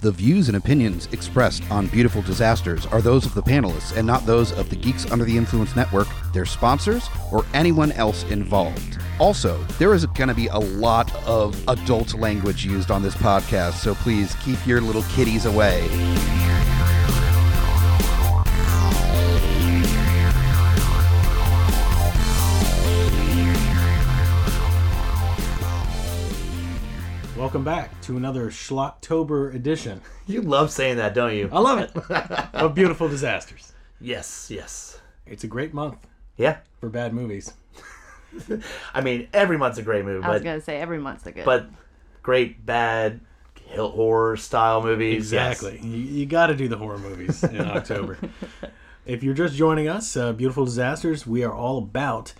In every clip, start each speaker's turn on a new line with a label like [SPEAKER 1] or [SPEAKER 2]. [SPEAKER 1] The views and opinions expressed on Beautiful Disasters are those of the panelists and not those of the Geeks Under the Influence Network, their sponsors, or anyone else involved. Also, there is going to be a lot of adult language used on this podcast, so please keep your little kitties away.
[SPEAKER 2] Welcome back to another Schlottober edition.
[SPEAKER 3] You love saying that, don't you?
[SPEAKER 2] I love it. of beautiful disasters.
[SPEAKER 3] Yes, yes.
[SPEAKER 2] It's a great month
[SPEAKER 3] Yeah.
[SPEAKER 2] for bad movies.
[SPEAKER 3] I mean, every month's a great movie,
[SPEAKER 4] I was
[SPEAKER 3] but
[SPEAKER 4] gonna say every month's a good.
[SPEAKER 3] but great, bad, hill horror style movies. yes.
[SPEAKER 2] Exactly. You, you got to do the horror movies in October. If you're just joining us, uh, Beautiful Disasters, we are all about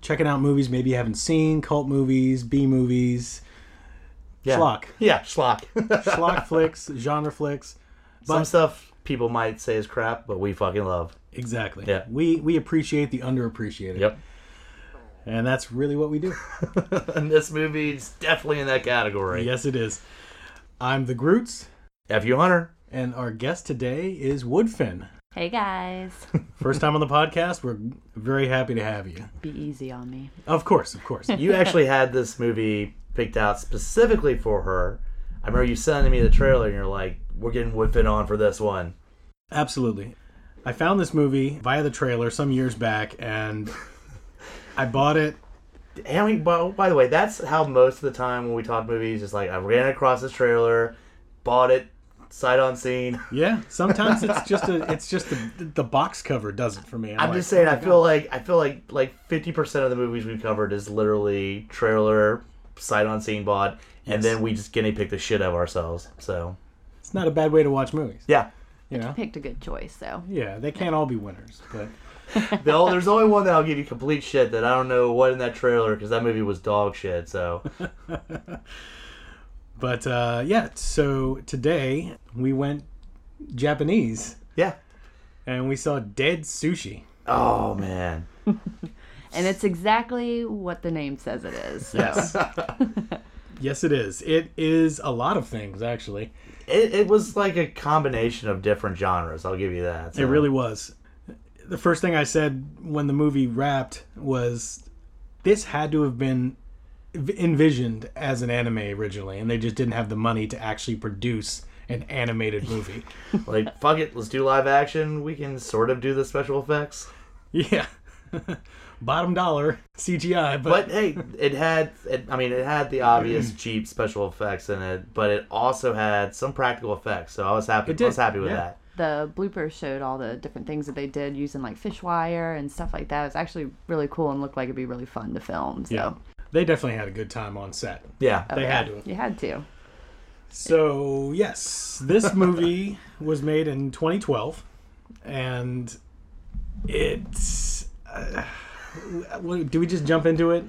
[SPEAKER 2] checking out movies maybe you haven't seen, cult movies, B movies,
[SPEAKER 3] Yeah.
[SPEAKER 2] schlock,
[SPEAKER 3] Yeah, schlock.
[SPEAKER 2] schlock flicks, genre flicks.
[SPEAKER 3] Some stuff people might say is crap, but we fucking love.
[SPEAKER 2] Exactly.
[SPEAKER 3] Yeah.
[SPEAKER 2] We we appreciate the underappreciated. And that's really what we do.
[SPEAKER 3] And this movie's definitely in that category.
[SPEAKER 2] yes, it is. I'm the Groots,
[SPEAKER 3] F you Hunter.
[SPEAKER 2] and our guest today is Woodfin.
[SPEAKER 4] hey guys,
[SPEAKER 2] First time on the podcast. We're very happy to have you.
[SPEAKER 4] be easy on me.
[SPEAKER 2] Of course, of course.
[SPEAKER 3] You actually had this movie picked out specifically for her. I remember you sending me the trailer and you're like, We're getting Woodfin on for this one.
[SPEAKER 2] Absolutely. I found this movie via the trailer some years back, and I bought it.
[SPEAKER 3] And we, by, by the way, that's how most of the time when we talk movies, it's like I ran across this trailer, bought it, sight unseen.
[SPEAKER 2] Yeah. Sometimes it's just a it's just the, the box cover does it for me.
[SPEAKER 3] I'm
[SPEAKER 2] like, oh
[SPEAKER 3] just saying, I feel like I feel like like 50 percent of the movies we've covered is literally trailer, sight unseen, bought, and then we just guinea pig the shit out of ourselves. So
[SPEAKER 2] it's not a bad way to watch movies.
[SPEAKER 3] yeah,
[SPEAKER 2] You know.
[SPEAKER 4] Picked a good choice, so
[SPEAKER 2] Yeah, they can't all be winners, but
[SPEAKER 3] Bill, there's only one that I'll give you complete shit that I don't know what in that trailer because that movie was dog shit. So
[SPEAKER 2] but uh, yeah. So today we went Japanese
[SPEAKER 3] yeah.
[SPEAKER 2] and we saw Dead Sushi.
[SPEAKER 3] Oh man.
[SPEAKER 4] and it's exactly what the name says it is. So.
[SPEAKER 2] Yes. yes, it is. It is a lot of things actually.
[SPEAKER 3] It, it was like a combination of different genres. I'll give you that.
[SPEAKER 2] It
[SPEAKER 3] so.
[SPEAKER 2] really was. The first thing I said when the movie wrapped was this had to have been v- envisioned as an anime originally, and they just didn't have the money to actually produce an animated movie.
[SPEAKER 3] Like, fuck it, let's do live action. We can sort of do the special effects.
[SPEAKER 2] yeah. Bottom dollar CGI, but,
[SPEAKER 3] But hey, it had, it, I mean, it had the obvious cheap special effects in it, but it also had some practical effects. So I was happy.
[SPEAKER 2] It did,
[SPEAKER 3] I was happy with
[SPEAKER 2] yeah.
[SPEAKER 3] that.
[SPEAKER 4] The bloopers showed all the different things that they did using like fish wire and stuff like that. It was actually really cool and looked like it'd be really fun to film. So
[SPEAKER 2] yeah, they definitely had a good time on set.
[SPEAKER 3] Yeah.
[SPEAKER 2] They had to.
[SPEAKER 4] you had to.
[SPEAKER 2] So, yes, this movie was made in 2012 and it's uh, w- do we just jump into it?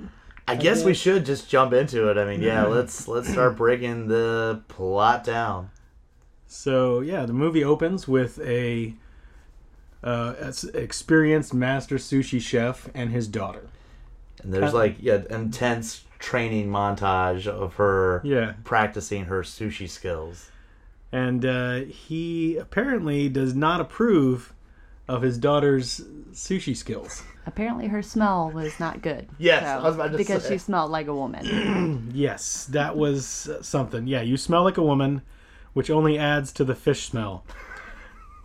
[SPEAKER 3] I guess we should just jump into it. I mean, yeah, let's let's start breaking the plot down.
[SPEAKER 2] So yeah, the movie opens with a uh, s- experienced master sushi chef and his daughter.
[SPEAKER 3] And there's like yeah, intense training montage of her
[SPEAKER 2] Yeah.
[SPEAKER 3] practicing her sushi skills.
[SPEAKER 2] and uh, he apparently does not approve of his daughter's sushi skills.
[SPEAKER 4] Apparently, her smell was not good.
[SPEAKER 3] Yes, I was about to
[SPEAKER 4] because
[SPEAKER 3] say.
[SPEAKER 4] she smelled like a woman.
[SPEAKER 2] Yes, that was something. Yeah, you smell like a woman, which only adds to the fish smell,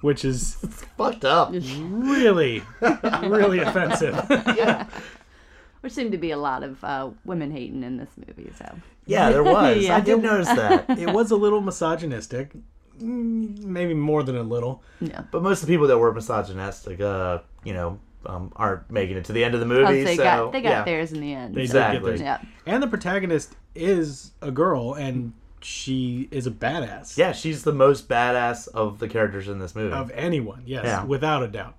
[SPEAKER 2] which is
[SPEAKER 3] Fucked up.
[SPEAKER 2] really, really offensive.
[SPEAKER 4] Which seemed to be a lot of uh, women hating in this movie. So
[SPEAKER 3] Yeah, there was.
[SPEAKER 4] Yeah.
[SPEAKER 3] I did notice that.
[SPEAKER 2] It was a little misogynistic, Mm, maybe more than a little.
[SPEAKER 4] no,
[SPEAKER 3] But most of the people that were misogynistic, uh, you know, um, aren't making it to the end of the movie.
[SPEAKER 4] Oh, they
[SPEAKER 3] so
[SPEAKER 4] got they got
[SPEAKER 3] yeah.
[SPEAKER 4] theirs in the end.
[SPEAKER 2] They
[SPEAKER 4] so-
[SPEAKER 2] did get
[SPEAKER 3] Exactly.
[SPEAKER 2] those.
[SPEAKER 4] Yeah.
[SPEAKER 2] And the protagonist is a girl, and she is a badass.
[SPEAKER 3] Yeah, she's the most badass of the characters in this movie.
[SPEAKER 2] Of anyone, yes,
[SPEAKER 3] Yeah.
[SPEAKER 2] without a doubt.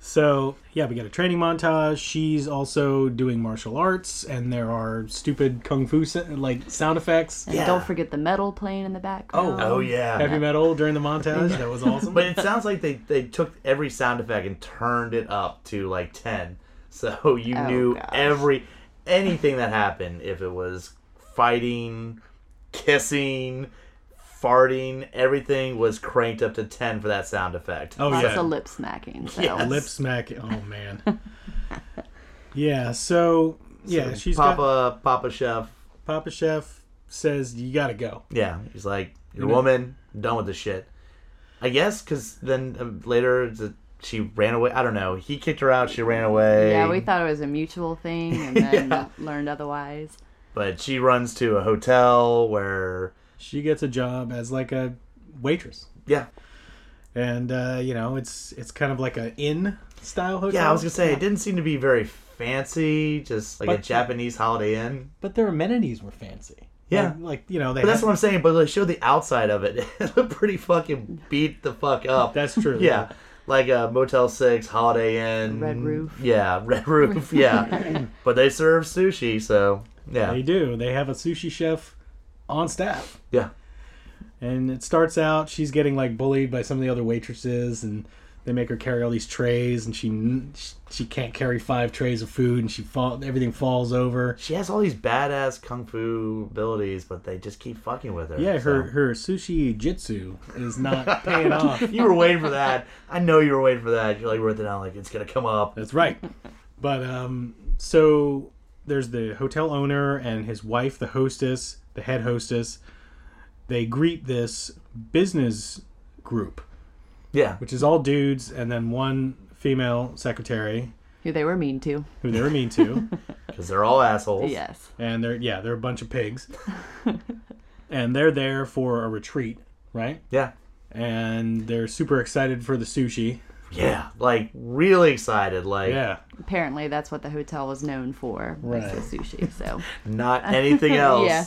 [SPEAKER 2] So, yeah, we got a training montage. She's also doing martial arts, and there are stupid kung fu sa- like sound effects.
[SPEAKER 4] And
[SPEAKER 3] Yeah.
[SPEAKER 4] don't forget the metal playing in the background.
[SPEAKER 3] oh yeah.
[SPEAKER 2] Heavy metal during the montage. That was awesome.
[SPEAKER 3] But it sounds like they, they took every sound effect and turned it up to like ten. So you
[SPEAKER 4] Oh,
[SPEAKER 3] knew
[SPEAKER 4] gosh.
[SPEAKER 3] every anything that happened, if it was fighting, kissing, farting, everything was cranked up to ten for that sound effect.
[SPEAKER 2] Oh
[SPEAKER 4] Lots
[SPEAKER 2] yeah,
[SPEAKER 4] of lip smacking. So.
[SPEAKER 3] Yes.
[SPEAKER 2] lip smack. Oh man. yeah. So yeah,
[SPEAKER 3] So
[SPEAKER 2] she's got
[SPEAKER 3] Papa Papa Chef.
[SPEAKER 2] Papa Chef says you gotta go.
[SPEAKER 3] Yeah, he's like, "You're a woman. I'm done with this shit." I guess because then um, later the, she ran away. I don't know. He kicked her out. She ran away.
[SPEAKER 4] Yeah, we thought it was a mutual thing, and then learned otherwise.
[SPEAKER 3] But she runs to a hotel where,
[SPEAKER 2] She gets a job as like a waitress,
[SPEAKER 3] yeah,
[SPEAKER 2] and uh, you know it's it's kind of like a inn style hotel.
[SPEAKER 3] yeah. I was gonna say it didn't seem to be very fancy, just like a
[SPEAKER 2] But-
[SPEAKER 3] Japanese Holiday Inn.
[SPEAKER 2] but their amenities were fancy.
[SPEAKER 3] Yeah.
[SPEAKER 2] like, like, you know they.
[SPEAKER 3] But that's
[SPEAKER 2] had-
[SPEAKER 3] what I'm saying. But they showed the outside of it. It looked pretty fucking beat the fuck up.
[SPEAKER 2] that's true.
[SPEAKER 3] yeah, like a Motel Six, Holiday Inn,
[SPEAKER 4] Red Roof.
[SPEAKER 3] Yeah, Red Roof. Yeah, but they serve sushi, so yeah,
[SPEAKER 2] they do. They have a sushi chef on staff.
[SPEAKER 3] yeah.
[SPEAKER 2] And it starts out she's getting like bullied by some of the other waitresses, and they make her carry all these trays, and she she can't carry five trays of food, and she fall everything falls over.
[SPEAKER 3] She has all these badass kung fu abilities, but they just keep fucking with her.
[SPEAKER 2] Yeah, her
[SPEAKER 3] so.
[SPEAKER 2] her sushi jitsu is not paying off.
[SPEAKER 3] you were waiting for that. I know you were waiting for that. You're like worth it out. Like it's gonna come up.
[SPEAKER 2] That's right. But um, so there's the hotel owner and his wife, the hostess, the head hostess. They greet this business group,
[SPEAKER 3] Yeah,
[SPEAKER 2] which is all dudes, and then one female secretary
[SPEAKER 4] Who they were mean to.
[SPEAKER 2] who they were mean to.
[SPEAKER 3] because they're all assholes.
[SPEAKER 4] Yes.
[SPEAKER 2] and they're yeah they're a bunch of pigs and they're there for a retreat right
[SPEAKER 3] yeah,
[SPEAKER 2] and they're super excited for the sushi
[SPEAKER 3] yeah. Like really excited. Like
[SPEAKER 2] yeah
[SPEAKER 4] Apparently, that's what the hotel was known for. was the sushi. So
[SPEAKER 3] not anything else.
[SPEAKER 4] Yeah.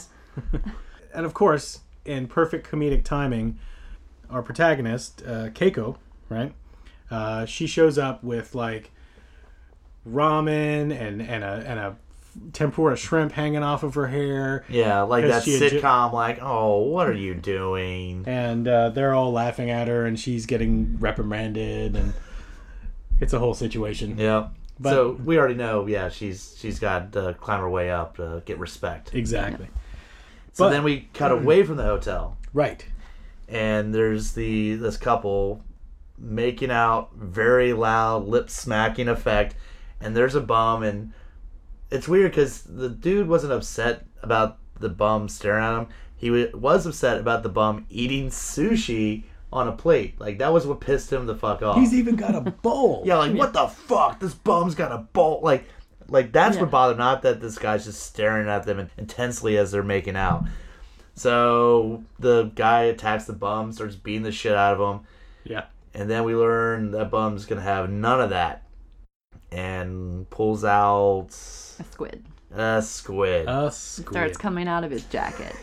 [SPEAKER 2] and of course in perfect comedic timing our protagonist uh, keiko right uh, she shows up with like ramen and and a and a tempura shrimp hanging off of her hair
[SPEAKER 3] Yeah, like
[SPEAKER 2] 'Cause
[SPEAKER 3] that
[SPEAKER 2] she had ju-
[SPEAKER 3] sitcom. Like, oh, what are you doing?
[SPEAKER 2] and uh, they're all laughing at her and she's getting reprimanded and it's a whole situation
[SPEAKER 3] Yeah.
[SPEAKER 2] But-
[SPEAKER 3] so we already know. Yeah, she's she's got to climb her way up to get respect.
[SPEAKER 2] Exactly.
[SPEAKER 3] So
[SPEAKER 2] But-
[SPEAKER 3] then we cut away from the hotel.
[SPEAKER 2] Right.
[SPEAKER 3] and there's the this couple making out very loud lip smacking effect and there's a bum and it's weird because the dude wasn't upset about the bum staring at him he wa- was upset about the bum eating sushi on a plate like that was what pissed him the fuck off
[SPEAKER 2] He's even got a bowl.
[SPEAKER 3] yeah like what the fuck this bum's got a bowl like like that's
[SPEAKER 4] Yeah.
[SPEAKER 3] what bothered him, not that this guy's just staring at them intensely as they're making out so the guy attacks the bum starts beating the shit out of him
[SPEAKER 2] Yeah.
[SPEAKER 3] and then we learn that bum's gonna have none of that and pulls out
[SPEAKER 4] a squid
[SPEAKER 3] a squid
[SPEAKER 4] Uh.
[SPEAKER 2] A squid.
[SPEAKER 4] starts coming out of his jacket.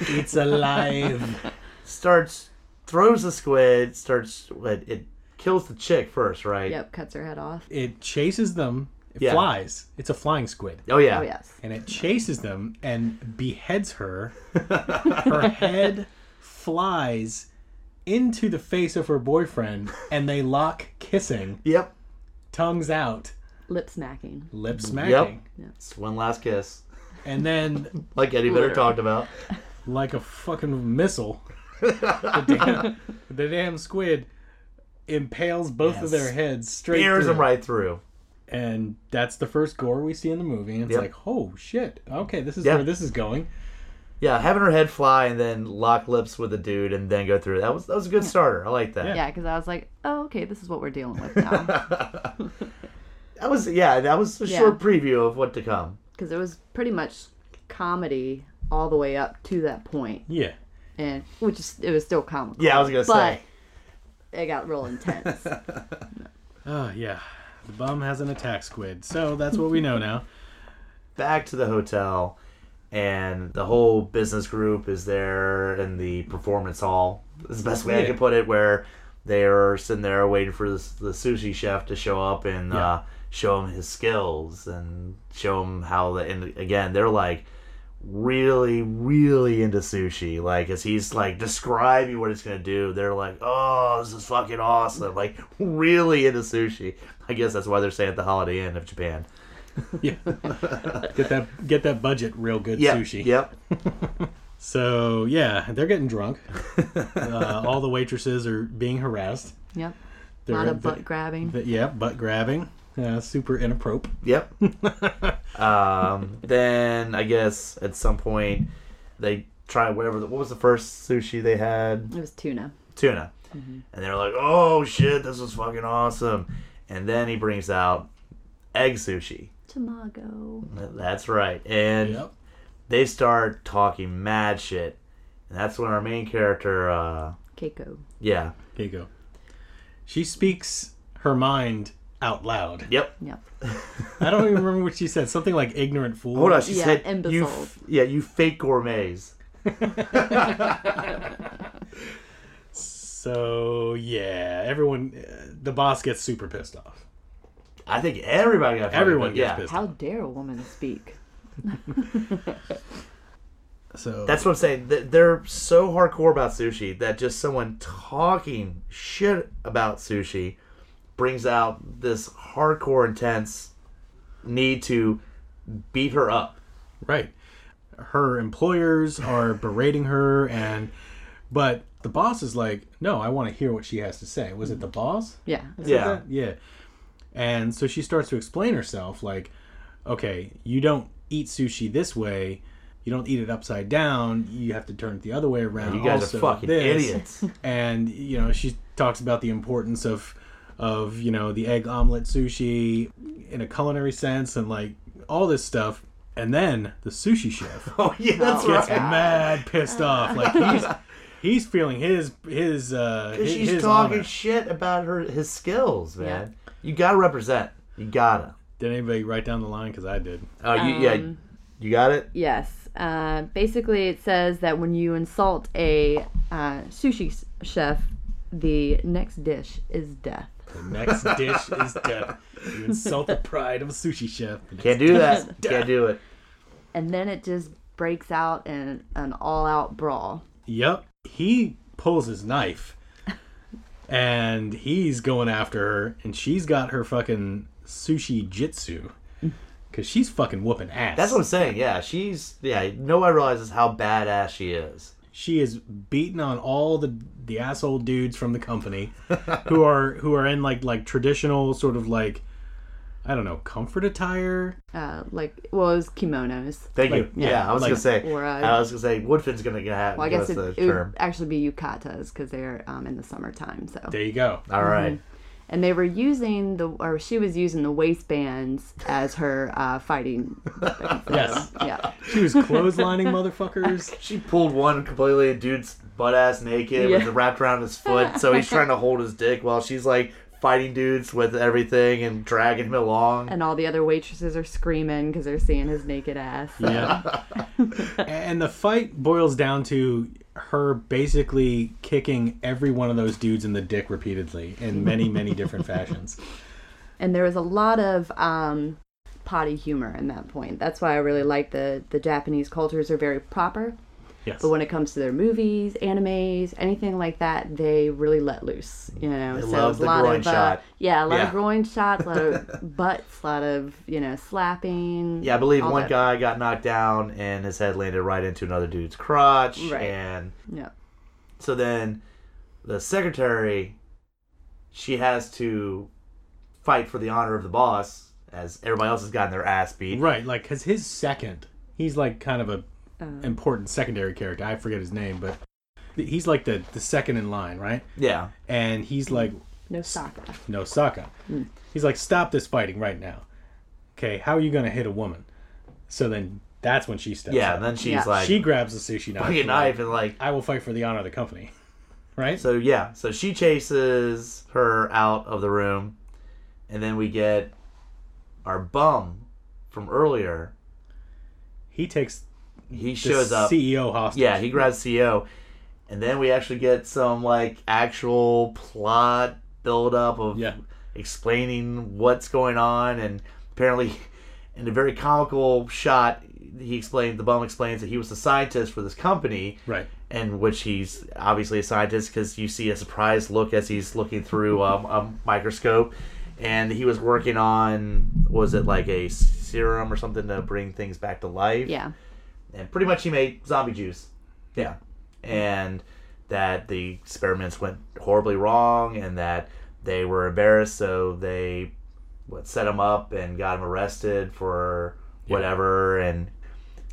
[SPEAKER 2] it's alive.
[SPEAKER 3] starts throws the squid starts it, it kills the chick first right
[SPEAKER 4] Yep, cuts her head off.
[SPEAKER 2] it chases them. It
[SPEAKER 3] Yeah.
[SPEAKER 2] flies. It's a flying squid.
[SPEAKER 3] oh yeah
[SPEAKER 4] Oh yes.
[SPEAKER 2] And it chases them and beheads her. her head flies into the face of her boyfriend and they lock kissing,
[SPEAKER 3] yep
[SPEAKER 2] tongues out,
[SPEAKER 4] Lip smacking.
[SPEAKER 2] lip smacking.
[SPEAKER 3] it's one last kiss
[SPEAKER 2] And then
[SPEAKER 3] like eddie better talked about
[SPEAKER 2] like a fucking missile. the, damn, the damn squid impales both of their heads straight.
[SPEAKER 3] Spears
[SPEAKER 2] through.
[SPEAKER 3] him right through.
[SPEAKER 2] And that's the first gore we see in the movie. And it's
[SPEAKER 3] Yep.
[SPEAKER 2] like, oh shit. Okay, this is
[SPEAKER 3] Yeah.
[SPEAKER 2] where this is going.
[SPEAKER 3] Yeah, having her head fly and then lock lips with the dude and then go through. That was that was a good starter. I like that.
[SPEAKER 4] Yeah, because I was like, oh okay, this is what we're dealing with now.
[SPEAKER 3] That was yeah, that was a
[SPEAKER 4] Yeah.
[SPEAKER 3] short preview of what to come.
[SPEAKER 4] Because it was pretty much comedy all the way up to that point,
[SPEAKER 2] Yeah.
[SPEAKER 4] and which is it was still comical.
[SPEAKER 3] Yeah, I was gonna
[SPEAKER 4] but
[SPEAKER 3] say.
[SPEAKER 4] it got real intense.
[SPEAKER 2] Oh yeah. The bum has an attack squid. So that's what we know now.
[SPEAKER 3] Back to the hotel and the whole business group is there in the performance hall. Is the best way I
[SPEAKER 2] Yeah.
[SPEAKER 3] can put it, where they are sitting there waiting for the, the sushi chef to show up and uh, show him his skills and show him how the. And again, they're like, really, really into sushi. Like, as he's like describing what it's gonna do, they're like, "Oh, this is fucking awesome!" Like, really into sushi. I guess that's why they're staying at the Holiday Inn of Japan.
[SPEAKER 2] Yeah. get that get that budget real good
[SPEAKER 3] Yeah,
[SPEAKER 2] sushi.
[SPEAKER 3] Yep.
[SPEAKER 2] So yeah, they're getting drunk. uh, all the waitresses are being harassed.
[SPEAKER 4] Yep. A
[SPEAKER 2] They're,
[SPEAKER 4] lot of
[SPEAKER 2] they-
[SPEAKER 4] butt grabbing.
[SPEAKER 2] they- yeah, butt grabbing. Uh, super inappropriate.
[SPEAKER 3] Yep. um, then I guess at some point they tried whatever. The, what was the first sushi they had?
[SPEAKER 4] It was tuna.
[SPEAKER 3] Tuna.
[SPEAKER 2] Mm-hmm.
[SPEAKER 3] And they're like, "Oh shit, this was fucking awesome." And then he brings out egg sushi.
[SPEAKER 4] Tamago.
[SPEAKER 3] That's right. And
[SPEAKER 2] Yep.
[SPEAKER 3] they start talking mad shit. And that's when our main character, uh,
[SPEAKER 4] Keiko.
[SPEAKER 3] yeah,
[SPEAKER 2] Here you go. She speaks her mind out loud.
[SPEAKER 3] yep.
[SPEAKER 4] Yep.
[SPEAKER 2] I don't even remember what she said. Something like ignorant fool.
[SPEAKER 3] Hold on, she
[SPEAKER 4] Yeah,
[SPEAKER 3] said, "You,
[SPEAKER 4] imbecile.
[SPEAKER 3] f- yeah, you fake gourmets."
[SPEAKER 2] So yeah, everyone, uh, the boss gets super pissed off.
[SPEAKER 3] I think everybody got. fucking-
[SPEAKER 2] Everyone gets
[SPEAKER 3] Oh, yeah.
[SPEAKER 2] pissed
[SPEAKER 4] How dare a woman speak?
[SPEAKER 2] So
[SPEAKER 3] That's what I'm saying. Th- They're so hardcore about sushi that just someone talking shit about sushi brings out this hardcore, intense need to beat her up.
[SPEAKER 2] right. Her employers are berating her, and but the boss is like, "No, I want to hear what she has to say." Was it the boss?
[SPEAKER 4] Yeah.
[SPEAKER 2] said
[SPEAKER 3] Yeah.
[SPEAKER 2] that? Yeah. And so she starts to explain herself like, okay, you don't eat sushi this way. You don't eat it upside down. You have to turn it the other way around.
[SPEAKER 3] You guys
[SPEAKER 2] also
[SPEAKER 3] are fucking
[SPEAKER 2] this."
[SPEAKER 3] idiots.
[SPEAKER 2] And, you know, she talks about the importance of, of, you know, the egg omelet sushi in a culinary sense and like all this stuff. And then the sushi chef
[SPEAKER 3] oh yeah, that's
[SPEAKER 4] Oh,
[SPEAKER 2] gets
[SPEAKER 3] right.
[SPEAKER 4] yeah.
[SPEAKER 2] mad pissed off. Like he's, he's feeling his, his, uh, his,
[SPEAKER 3] She's
[SPEAKER 2] his
[SPEAKER 3] talking
[SPEAKER 2] honor.
[SPEAKER 3] shit about her his skills, man. You gotta represent. You gotta.
[SPEAKER 2] Did anybody write down the line? Cause I did.
[SPEAKER 3] Oh, you yeah. You got it.
[SPEAKER 4] Yes. Uh, basically, it says that when you insult a uh, sushi s- chef, the next dish is death.
[SPEAKER 2] The next dish is death. You insult the pride of a sushi chef. The next-
[SPEAKER 3] Can't do that. Can't do it.
[SPEAKER 4] And then it just breaks out in an all out brawl.
[SPEAKER 2] Yep. He pulls his knife and he's going after her, and she's got her fucking sushi jitsu. Because she's fucking whooping ass.
[SPEAKER 3] That's what I'm saying. Yeah, she's yeah. No one realizes how badass she is.
[SPEAKER 2] she is beating on all the the asshole dudes from the company who are who are in like like traditional sort of like I don't know comfort attire.
[SPEAKER 4] Uh, like, well, it was kimonos.
[SPEAKER 3] Thank
[SPEAKER 2] Like,
[SPEAKER 3] you. Yeah,
[SPEAKER 2] yeah,
[SPEAKER 3] I was
[SPEAKER 2] like-
[SPEAKER 3] gonna say.
[SPEAKER 4] Or, uh,
[SPEAKER 3] I was gonna say Woodfin's gonna have
[SPEAKER 4] Well, I
[SPEAKER 3] give us
[SPEAKER 4] guess it,
[SPEAKER 3] the
[SPEAKER 4] it would
[SPEAKER 3] term.
[SPEAKER 4] actually be yukatas because they're um, in the summertime. So
[SPEAKER 2] There you go.
[SPEAKER 3] All right.
[SPEAKER 4] and they were using the or she was using the waistbands as her uh, fighting.
[SPEAKER 2] Yes,
[SPEAKER 4] Yeah,
[SPEAKER 2] she was clotheslining motherfuckers.
[SPEAKER 3] She pulled one completely dude's butt ass naked with
[SPEAKER 4] Yeah.
[SPEAKER 3] it wrapped around his foot, so he's trying to hold his dick while she's like fighting dudes with everything and dragging him along.
[SPEAKER 4] and all the other waitresses are screaming because they're seeing his naked ass.
[SPEAKER 2] yeah. and the fight boils down to her basically kicking every one of those dudes in the dick repeatedly in many, many different fashions.
[SPEAKER 4] and there was a lot of um, potty humor in that point. That's why I really like the the Japanese cultures are very proper,
[SPEAKER 2] Yes.
[SPEAKER 4] but when it comes to their movies, animes, anything like that, they really let loose. You know,
[SPEAKER 3] They
[SPEAKER 4] so
[SPEAKER 3] love
[SPEAKER 4] it's
[SPEAKER 3] the
[SPEAKER 4] a lot
[SPEAKER 3] groin
[SPEAKER 4] of
[SPEAKER 3] shot.
[SPEAKER 4] Uh, yeah, a lot
[SPEAKER 3] Yeah.
[SPEAKER 4] of groin shots, a lot of butts, a lot of you know slapping.
[SPEAKER 3] Yeah, I believe
[SPEAKER 4] all
[SPEAKER 3] one
[SPEAKER 4] that.
[SPEAKER 3] guy got knocked down and his head landed right into another dude's crotch.
[SPEAKER 4] Right.
[SPEAKER 3] And
[SPEAKER 4] Yeah.
[SPEAKER 3] so then the secretary, she has to fight for the honor of the boss as everybody else has gotten their ass beat.
[SPEAKER 2] Right, like because his second, he's like kind of a
[SPEAKER 4] Oh.
[SPEAKER 2] important secondary character. I forget his name, but th- he's like the the second in line, right?
[SPEAKER 3] Yeah.
[SPEAKER 2] And
[SPEAKER 4] Hmm.
[SPEAKER 2] he's like
[SPEAKER 4] No Saka.
[SPEAKER 2] no Saka.
[SPEAKER 4] Hmm.
[SPEAKER 2] He's like, stop this fighting right now. Okay, how are you gonna hit a woman? So then that's when she steps.
[SPEAKER 3] Yeah.
[SPEAKER 2] up.
[SPEAKER 3] And then she's
[SPEAKER 4] Yeah.
[SPEAKER 3] like,
[SPEAKER 2] she grabs the sushi knife.
[SPEAKER 3] fucking
[SPEAKER 2] and,
[SPEAKER 3] knife and like,
[SPEAKER 2] I will fight for the honor of the company. Right?
[SPEAKER 3] so yeah. So she chases her out of the room. And then we get our bum from earlier.
[SPEAKER 2] he takes
[SPEAKER 3] He
[SPEAKER 2] the
[SPEAKER 3] shows up.
[SPEAKER 2] CEO hostage.
[SPEAKER 3] Yeah, he grabs CO, and then we actually get some like actual plot buildup of
[SPEAKER 2] Yeah.
[SPEAKER 3] explaining what's going on, and apparently, in a very comical shot, he explains the bum explains that he was the scientist for this company,
[SPEAKER 2] Right.
[SPEAKER 3] And which he's obviously a scientist because you see a surprised look as he's looking through um, a microscope, and he was working on was it like a serum or something to bring things back to life?
[SPEAKER 4] Yeah.
[SPEAKER 3] and pretty much he made zombie juice. Yeah. And that the experiments went horribly wrong and that they were embarrassed, so they what set him up and got him arrested for whatever and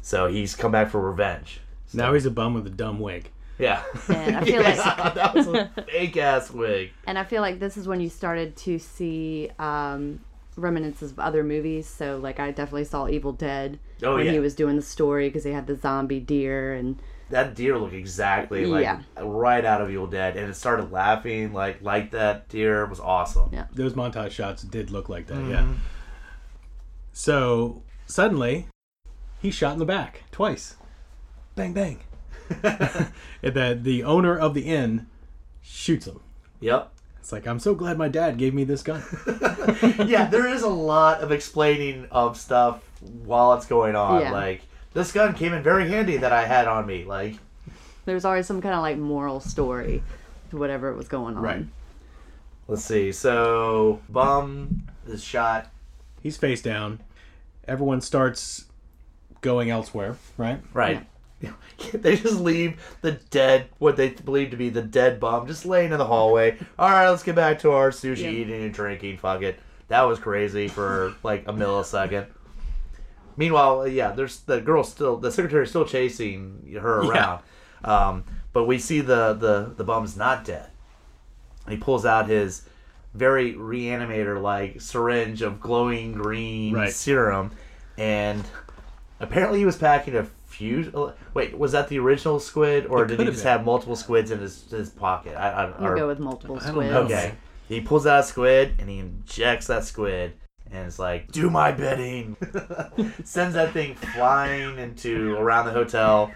[SPEAKER 3] so he's come back for revenge.
[SPEAKER 2] Now he's a bum with a dumb wig.
[SPEAKER 3] Yeah.
[SPEAKER 4] And I feel like-
[SPEAKER 3] Yeah, that was a fake ass wig.
[SPEAKER 4] And I feel like this is when you started to see um, reminiscences of other movies. So, like, I definitely saw Evil Dead
[SPEAKER 3] Oh,
[SPEAKER 4] when
[SPEAKER 3] yeah.
[SPEAKER 4] he was doing the story because he had the zombie deer and
[SPEAKER 3] That deer looked exactly like
[SPEAKER 4] Yeah.
[SPEAKER 3] right out of Evil Dead, and it started laughing like like that deer It was awesome.
[SPEAKER 4] Yeah.
[SPEAKER 2] Those montage shots did look like that,
[SPEAKER 3] Mm-hmm.
[SPEAKER 2] yeah. So suddenly, he's shot in the back twice. Bang, bang. and the, the owner of the inn shoots him.
[SPEAKER 3] Yep.
[SPEAKER 2] It's like, I'm so glad my dad gave me this gun.
[SPEAKER 3] yeah, there is a lot of explaining of stuff while it's going on.
[SPEAKER 4] Yeah.
[SPEAKER 3] Like this gun came in very handy that I had on me. Like
[SPEAKER 4] there's always some kind of like moral story to whatever was going on.
[SPEAKER 2] Right.
[SPEAKER 3] let's see, so bum is shot.
[SPEAKER 2] He's face down. Everyone starts going elsewhere, right?
[SPEAKER 3] Right. They just leave the dead, what they believe to be the dead bum, just laying in the hallway. All right, let's get back to our sushi
[SPEAKER 4] Yeah.
[SPEAKER 3] eating and drinking. Fuck it. That was crazy for like a millisecond. Meanwhile, uh, yeah, there's the girl still, the secretary's still chasing her around. Um, but we see the, the, the bum's not dead. He pulls out his very reanimator like syringe of glowing green
[SPEAKER 2] Right.
[SPEAKER 3] serum and apparently he was packing a fuse wait was that the original squid or
[SPEAKER 2] It
[SPEAKER 3] did
[SPEAKER 2] could
[SPEAKER 3] he
[SPEAKER 2] have
[SPEAKER 3] just
[SPEAKER 2] been.
[SPEAKER 3] have multiple squids in his, his pocket I, I,
[SPEAKER 4] You
[SPEAKER 3] or-
[SPEAKER 4] go with multiple
[SPEAKER 2] I don't
[SPEAKER 4] squids.
[SPEAKER 2] know.
[SPEAKER 3] okay he pulls out a squid and he injects that squid and it's like do my bidding sends that thing flying into around the hotel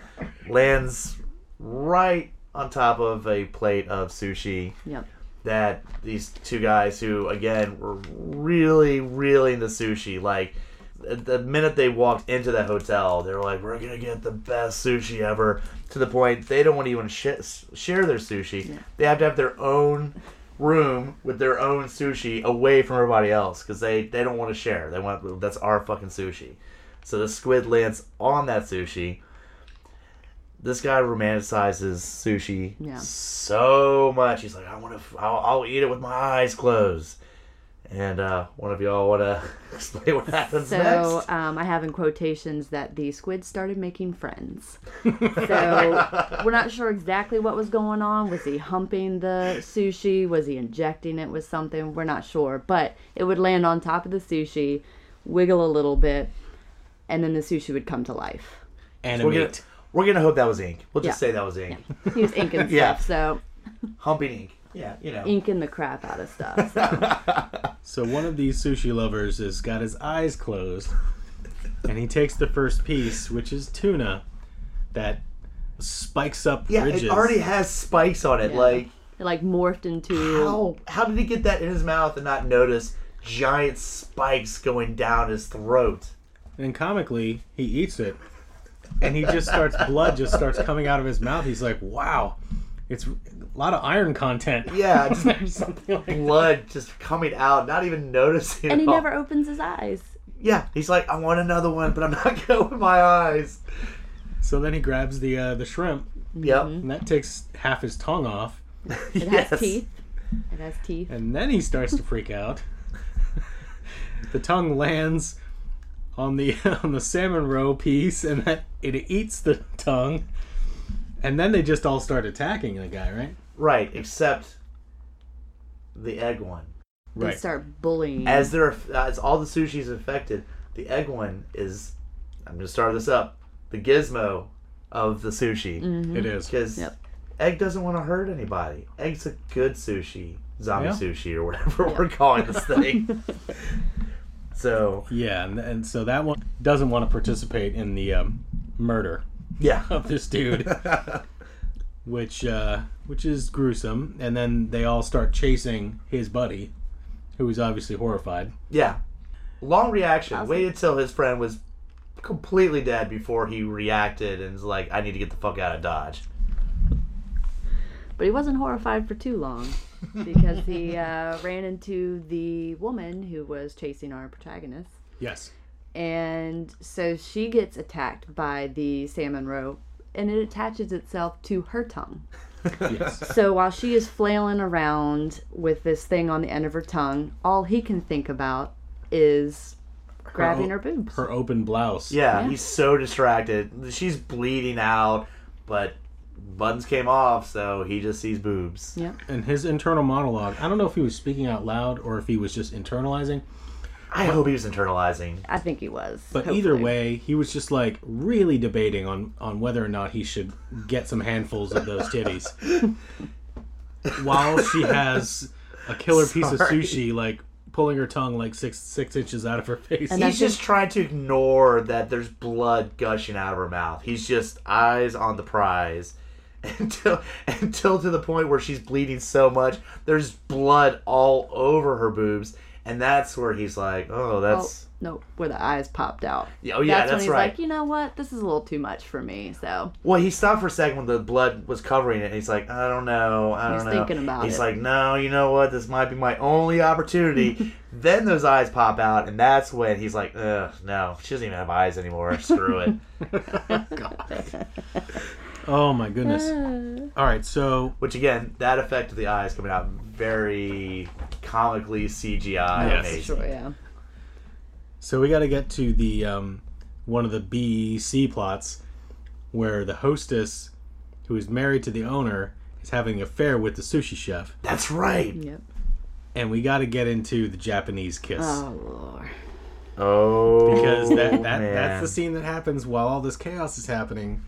[SPEAKER 3] lands right on top of a plate of sushi
[SPEAKER 4] Yep.
[SPEAKER 3] that these two guys who again were really really into sushi like th- the minute they walked into the hotel they were like we're gonna get the best sushi ever to the point they don't want to even sh- share their sushi they have to have their own room with their own sushi away from everybody else because they they don't want to share they want that's our fucking sushi so the squid lands on that sushi this guy romanticizes sushi
[SPEAKER 4] Yeah.
[SPEAKER 3] so much. He's like, I want to, I'll, I'll eat it with my eyes closed. And uh, one of y'all want to explain what happens
[SPEAKER 4] So
[SPEAKER 3] next?
[SPEAKER 4] um, I have in quotations that the squid started making friends. so we're not sure exactly what was going on. Was he humping the sushi? Was he injecting it with something? We're not sure. But it would land on top of the sushi, wiggle a little bit, and then the sushi would come to life.
[SPEAKER 3] We're gonna,
[SPEAKER 2] Animate.
[SPEAKER 3] we're gonna hope that was ink. We'll just
[SPEAKER 4] Yeah.
[SPEAKER 3] say that was ink.
[SPEAKER 4] He was inking stuff,
[SPEAKER 3] Yeah.
[SPEAKER 4] so
[SPEAKER 3] Humping ink. Yeah, you know.
[SPEAKER 4] inking the crap out of stuff. So
[SPEAKER 2] So one of these sushi lovers has got his eyes closed, and he takes the first piece, which is tuna, that spikes up
[SPEAKER 3] Yeah,
[SPEAKER 2] ridges.
[SPEAKER 3] it already has spikes on it.
[SPEAKER 4] Yeah.
[SPEAKER 3] Like,
[SPEAKER 4] it like morphed into
[SPEAKER 3] how how did he get that in his mouth and not notice giant spikes going down his throat?
[SPEAKER 2] and comically, he eats it, and he just starts blood just starts coming out of his mouth. He's like, "Wow, it's a lot of iron content."
[SPEAKER 3] Yeah, just
[SPEAKER 2] Or something like that.
[SPEAKER 3] blood just coming out, not even noticing.
[SPEAKER 4] and he
[SPEAKER 3] at all.
[SPEAKER 4] never opens his eyes.
[SPEAKER 3] Yeah, he's like, I want another one, but I'm not gonna open my eyes.
[SPEAKER 2] So then he grabs the uh, the shrimp,
[SPEAKER 4] Mm-hmm.
[SPEAKER 3] Yep.
[SPEAKER 2] and that takes half his tongue off,
[SPEAKER 4] It
[SPEAKER 3] yes.
[SPEAKER 4] has teeth. It has teeth.
[SPEAKER 2] and then he starts to freak out. the tongue lands on the on the salmon roe piece, and that it eats the tongue. And then they just all start attacking the guy, right?
[SPEAKER 3] Right, except the egg one.
[SPEAKER 4] They start bullying.
[SPEAKER 3] As they're as all the sushi's infected, the egg one is. I'm gonna start this up. The gizmo of the sushi
[SPEAKER 2] It is.
[SPEAKER 3] because
[SPEAKER 4] Mm-hmm. Yep.
[SPEAKER 3] egg doesn't want to hurt anybody. Egg's a good sushi, zombie
[SPEAKER 2] Yeah.
[SPEAKER 3] sushi or whatever we're calling this thing. so
[SPEAKER 2] Yeah, and, and so that one doesn't want to participate in the um, murder
[SPEAKER 3] yeah,
[SPEAKER 2] of this dude, which uh, which is gruesome. And then they all start chasing his buddy, who is obviously horrified.
[SPEAKER 3] yeah. Long reaction. Waited till his friend was completely dead before he reacted and was like, "I need to get the fuck out of Dodge."
[SPEAKER 4] But he wasn't horrified for too long because he uh, ran into the woman who was chasing our protagonist.
[SPEAKER 2] Yes.
[SPEAKER 4] And so she gets attacked by the salmon roe and it attaches itself to her tongue.
[SPEAKER 2] Yes.
[SPEAKER 4] So while she is flailing around with this thing on the end of her tongue, all he can think about is grabbing her, boobs.
[SPEAKER 2] Her open blouse.
[SPEAKER 3] Yeah,
[SPEAKER 4] Yeah.
[SPEAKER 3] he's so distracted. She's bleeding out, but buttons came off, so he just sees boobs.
[SPEAKER 4] Yep.
[SPEAKER 2] And his internal monologue. I don't know if he was speaking out loud or if he was just internalizing,
[SPEAKER 3] I hope he was internalizing.
[SPEAKER 4] I think he was.
[SPEAKER 2] but either
[SPEAKER 4] hopefully.
[SPEAKER 2] way, he was just like really debating on on whether or not he should get some handfuls of those titties. While she has a killer piece of
[SPEAKER 3] Sorry.
[SPEAKER 2] sushi like pulling her tongue like six six inches out of her face.
[SPEAKER 4] And
[SPEAKER 3] He's
[SPEAKER 4] that's
[SPEAKER 3] just trying to ignore that there's blood gushing out of her mouth. He's just eyes on the prize until until to the point where she's bleeding so much there's blood all over her boobs, and that's where he's like, "Oh,
[SPEAKER 4] Oh,
[SPEAKER 3] that's
[SPEAKER 4] no, where the eyes popped out.
[SPEAKER 3] Yeah, oh yeah,
[SPEAKER 4] that's, when
[SPEAKER 3] that's
[SPEAKER 4] he's
[SPEAKER 3] right.
[SPEAKER 4] like, you know what, this is a little too much for me. So
[SPEAKER 3] Well, he stopped for a second when the blood was covering it. And he's like, I don't know, I don't
[SPEAKER 4] He's
[SPEAKER 3] know.
[SPEAKER 4] thinking about
[SPEAKER 3] He's
[SPEAKER 4] it.
[SPEAKER 3] like, no, you know what? This might be my only opportunity. then those eyes pop out, and that's when he's like, ugh, no, she doesn't even have eyes anymore. Screw it.
[SPEAKER 2] Oh my goodness. All right, so
[SPEAKER 3] Which again, that effect of the eyes coming out very comically CGI.
[SPEAKER 2] Yes.
[SPEAKER 3] Amazing.
[SPEAKER 4] sure, yeah.
[SPEAKER 2] So we got to get to the um, one of the BEC plots where the hostess, who is married to the owner, is having an affair with the sushi chef,
[SPEAKER 3] That's right.
[SPEAKER 4] Yep.
[SPEAKER 2] and we got to get into the Japanese kiss
[SPEAKER 4] Oh lord.
[SPEAKER 3] Oh,
[SPEAKER 2] because that, that
[SPEAKER 3] man.
[SPEAKER 2] that's the scene that happens while all this chaos is happening.